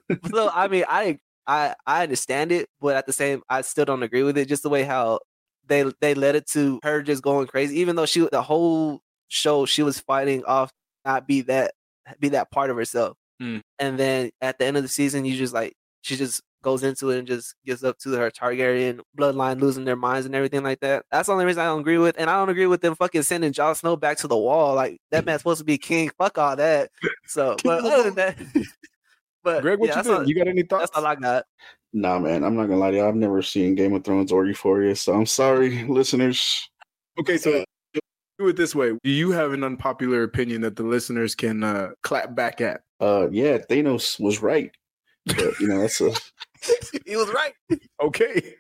I mean, I I I understand it, but at the same, I still don't agree with it. Just the way how they they led it to her just going crazy, even though she the whole show she was fighting off not be that be that part of herself. Mm. And then at the end of the season, you just like she just goes into it and just gives up to her Targaryen bloodline losing their minds and everything like that. That's the only reason I don't agree with, and I don't agree with them fucking sending Jon Snow back to the wall. Like that man's supposed to be king. Fuck all that. So, but other than that. But Greg, what yeah, you that's think? all- you got any thoughts? that's all I got. Nah, man, I'm not gonna lie to you. I've never seen Game of Thrones or Euphoria, so I'm sorry, listeners. Okay, so do it this way. Do you have an unpopular opinion that the listeners can uh, clap back at? Uh, yeah, Thanos was right, but you know that's a he was right. Okay.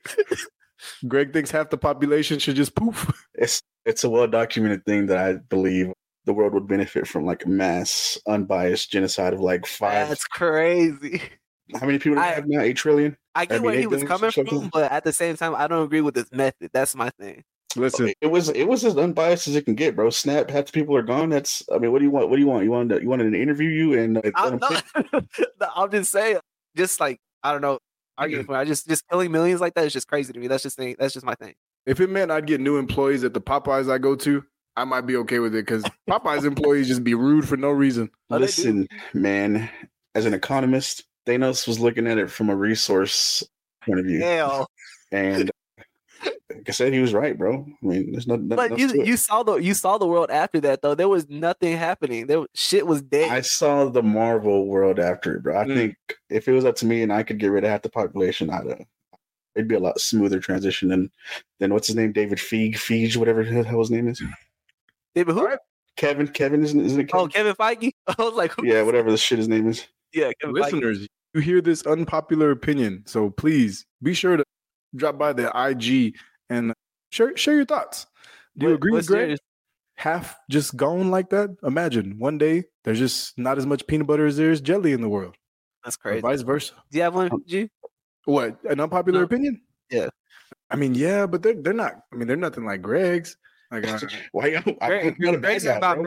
Greg thinks half the population should just poof. it's it's a well documented thing that I believe the world would benefit from like mass unbiased genocide of like five. That's crazy. how many people do we I- have now? Eight trillion. I get That'd be where he was ignorance or coming from, something. but at the same time, I don't agree with his method. That's my thing. Listen, It was it was as unbiased as it can get, bro. Snap, half the people are gone. That's I mean, what do you want? What do you want? You want to, you wanted to interview you and uh, let I'm, 'em not, No, I'm just saying, just like I don't know, arguing for. I just just killing millions like that is just crazy to me. That's just thing. That's just my thing. if it meant I'd get new employees at the Popeyes I go to, I might be okay with it because Popeyes employees just be rude for no reason. Oh, they do. Listen, man, as an economist, Thanos was looking at it from a resource point of view. Hell, And like I said, he was right, bro. I mean, there's no, no, but nothing you to it. you saw the you saw the world after that though. There was nothing happening. There was- shit was dead. I saw the Marvel world after it, bro. I Mm. think if it was up to me and I could get rid of half the population, I'd uh, it'd be a lot smoother transition than than what's his name, David Feig, Feige, whatever the hell his name is. David, who? Alright. Kevin, Kevin, isn't isn't it? Oh, Kevin Kevin? Feige. I was like, who? yeah, whatever the shit his name is. yeah, Kevin Feige. Listeners, you hear this unpopular opinion. So please be sure to drop by the IG and share, share your thoughts. Do you What- agree with what's Greg? yours? Half just gone like that? Imagine one day there's just not as much peanut butter as there is jelly in the world, That's or crazy. vice versa. Do you have one? Um, G? What an unpopular No. opinion? Yeah. I mean, yeah, but they're they're not. I mean, they're nothing like Greg's. Like, I, Why you? I'm Great, not a bad Greg's talking guy, about bro.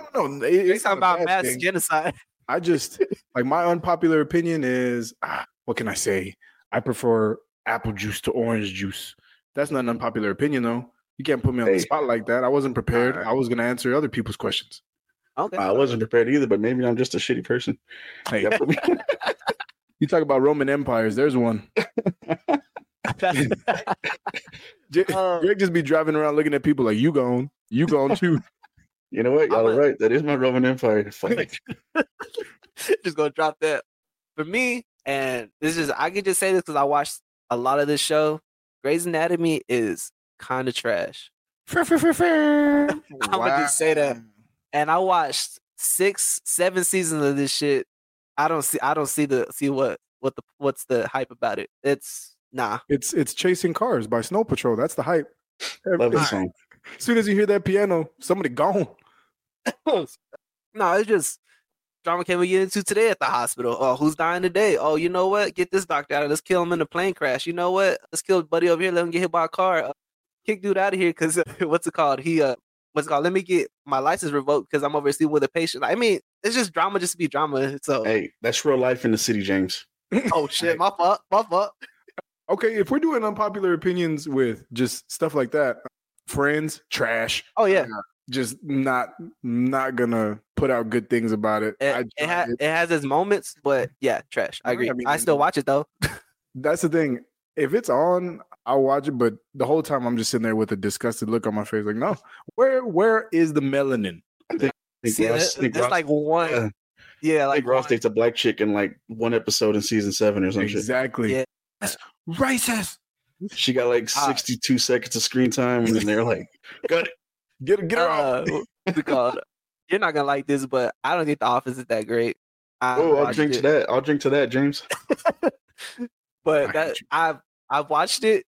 mass. no, no, it- Greg's it's talking not a about bad mass thing. genocide. I just like my unpopular opinion is ah, what can I say? I prefer apple juice to orange juice. That's not an unpopular opinion though. You can't put me on Hey. the spot like that. I wasn't prepared. Alright. I was gonna answer other people's questions. Okay. I wasn't prepared either, but maybe I'm just a shitty person. Hey, Yeah, put me- you talk about Roman empires. There's one. J- Uh, Greg just be driving around looking at people like you gone, you gone too. you know what? I'm Y'all are a- right. That is my Roman Empire. Fuck. just gonna drop that for me. And this is I can just say this because I watched a lot of this show. Grey's Anatomy is kind of trash, I'ma just say that. and I watched six, seven seasons of this shit. I don't see, I don't see the see what what the what's the hype about it. It's nah. It's it's chasing cars by Snow Patrol. That's the hype. Love As this song. soon as you hear that piano, somebody gone. no, it's just drama can we get into today at the hospital? Oh, who's dying today? Oh, you know what? Get this doctor out of. Let's kill him in a plane crash. You know what? Let's kill buddy over here. Let him get hit by a car. Uh, kick dude out of here because what's it called? He uh, what's it called? Let me get my license revoked because I'm over sleeping with a patient. I mean, it's just drama just to be drama. So Hey, that's real life in the city, James. oh shit, my fault, my fault. Okay, if we're doing unpopular opinions with just stuff like that, friends, trash, Oh yeah, just not not gonna put out good things about it. I it it, tried ha- it. it has its moments, but yeah, trash. I Right, agree. I mean- I still watch it though. That's the thing. If it's on, I'll watch it, but the whole time I'm just sitting there with a disgusted look on my face, like, no, where where is the melanin? I think See, Ross, I that- think that's Ross, like one. Yeah. Yeah, I like think Ross one- dates a black chick in like one episode in season seven or some shit. Exactly. Yeah. That's racist. She got like Ah. 62 seconds of screen time, and then they're like, "Got it." Get get her off. uh, what's it called? You're not gonna like this, but I don't think the office is that great. I Oh, I'll watched drink to it, that. I'll drink to that, James. I But hate that I've I've watched it.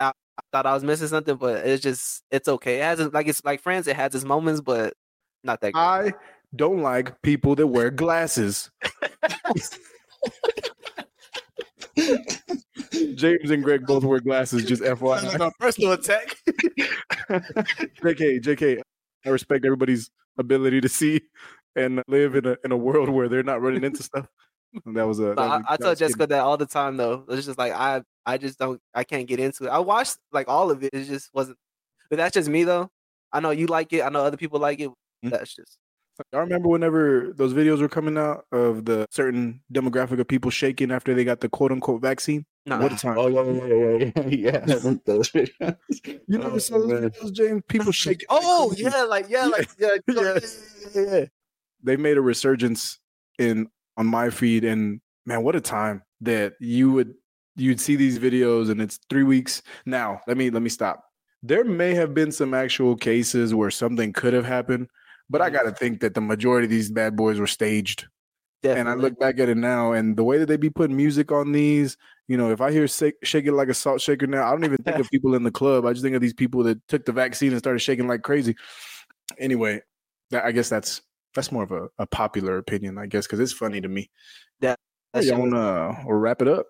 I, I thought I was missing something, but it's just it's okay. It has its- like it's like Friends. It has its moments, but not that. Great. I don't like people that wear glasses. James and Greg both wear glasses, just FYI. a personal attack. JK, JK, I respect everybody's ability to see and live in a in a world where they're not running into stuff. And that was a. that No, I, was a- I that was told Jessica that all the time though. It's just like I I just don't I can't get into it. I watched like all of it. It just wasn't. But that's just me though. I know you like it. I know other people like it. Mhm. That's just kidding. I remember whenever those videos were coming out of the certain demographic of people shaking after they got the quote unquote vaccine. no. What a time! Oh, yeah, yeah, yeah, yeah. yeah. Those videos. you never Oh, saw those man. videos, James? People shaking. like Oh crazy. yeah, like yeah, like yeah, yeah, yeah, yeah, yeah. they made a resurgence in on my feed and man what a time that you would you'd see these videos and it's three weeks now let me let me stop there may have been some actual cases where something could have happened but i Mhm. gotta think that the majority of these bad boys were staged and i Definitely. look back at it now and the way that they be putting music on these you know if i hear shake, shake it like a salt shaker now i don't even think of people in the club i just think of these people that took the vaccine and started shaking like crazy anyway that, i guess that's that's more of a, a popular opinion i guess because it's funny to me that, you shit was, want to uh, wrap it up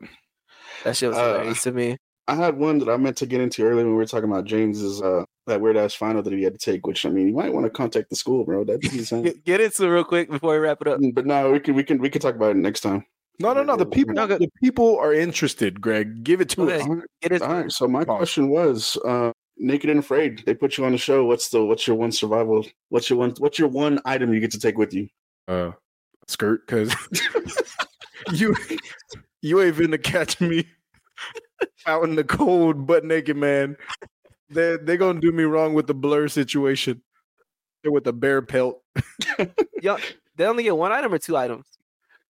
that shit was uh, hilarious to me. I had one that I meant to get into earlier when we were talking about James's uh that weird ass final that he had to take, which I mean you might want to contact the school, bro. That'd be insane. Get, get into it real quick before we wrap it up. but no, we can we can we can talk about it next time. no no no the people No, go- the people are interested greg give it to Okay. us All right, Get into all it. right. So my Pause. question was uh Naked and Afraid. They put you on the show. What's the what's your one survival? What's your one what's your one item you get to take with you? uh skirt because you you ain't finna catch me out in the cold butt naked man they they gonna do me wrong with the blur situation Or with the bear pelt Yo, they only get one item or two items.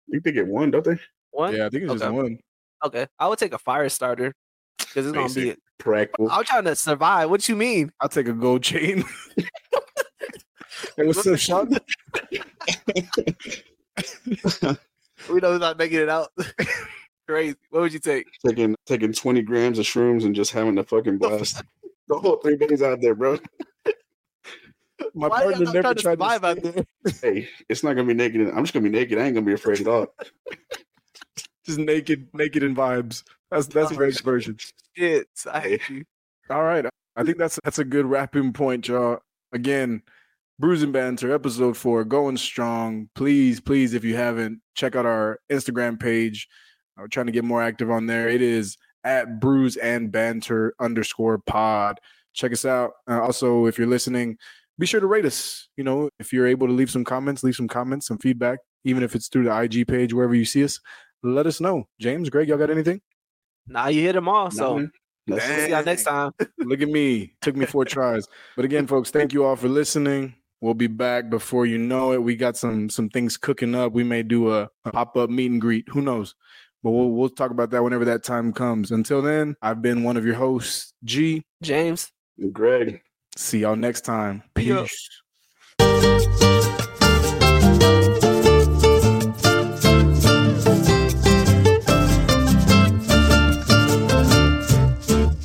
You think it one, don't they? One. yeah i think it's just Okay. one Okay. I would take a fire starter because it's gonna be. Basic. Practical. I'm trying to survive. What you mean? i'll take a gold chain Hey, what's up, Sean? We know he's not making it out. Crazy. What would you take? taking taking twenty grams of shrooms and just having a fucking blast. the whole three days out there, bro. My Why y'all partner not never trying to tried to survive out there? Hey, it's not gonna be naked. I'm just gonna be naked. I ain't gonna be afraid at all. just naked, naked in vibes. That's that's Oh, Greg's version. Shit. I hate you. All right, I think that's that's a good wrapping point, y'all. Again, Bruising Banter, episode four, going strong. Please, please, if you haven't, check out our Instagram page. Uh, We're trying to get more active on there. It is at bruise and banter underscore pod. Check us out. Uh, also, if you're listening, be sure to rate us. You know, if you're able to leave some comments, leave some comments, some feedback, even if it's through the IG page, wherever you see us, let us know. James, Greg, y'all got anything? Now you hit them all. So Nothing. That's- we'll see y'all next time. Look at me. Took me four tries. But again, folks, thank you all for listening. We'll be back before you know it. We got some some things cooking up. We may do a, a pop up meet and greet. Who knows? But we'll we'll talk about that whenever that time comes. Until then, I've been one of your hosts, G. James. Greg. See y'all next time. Yeah. Peace.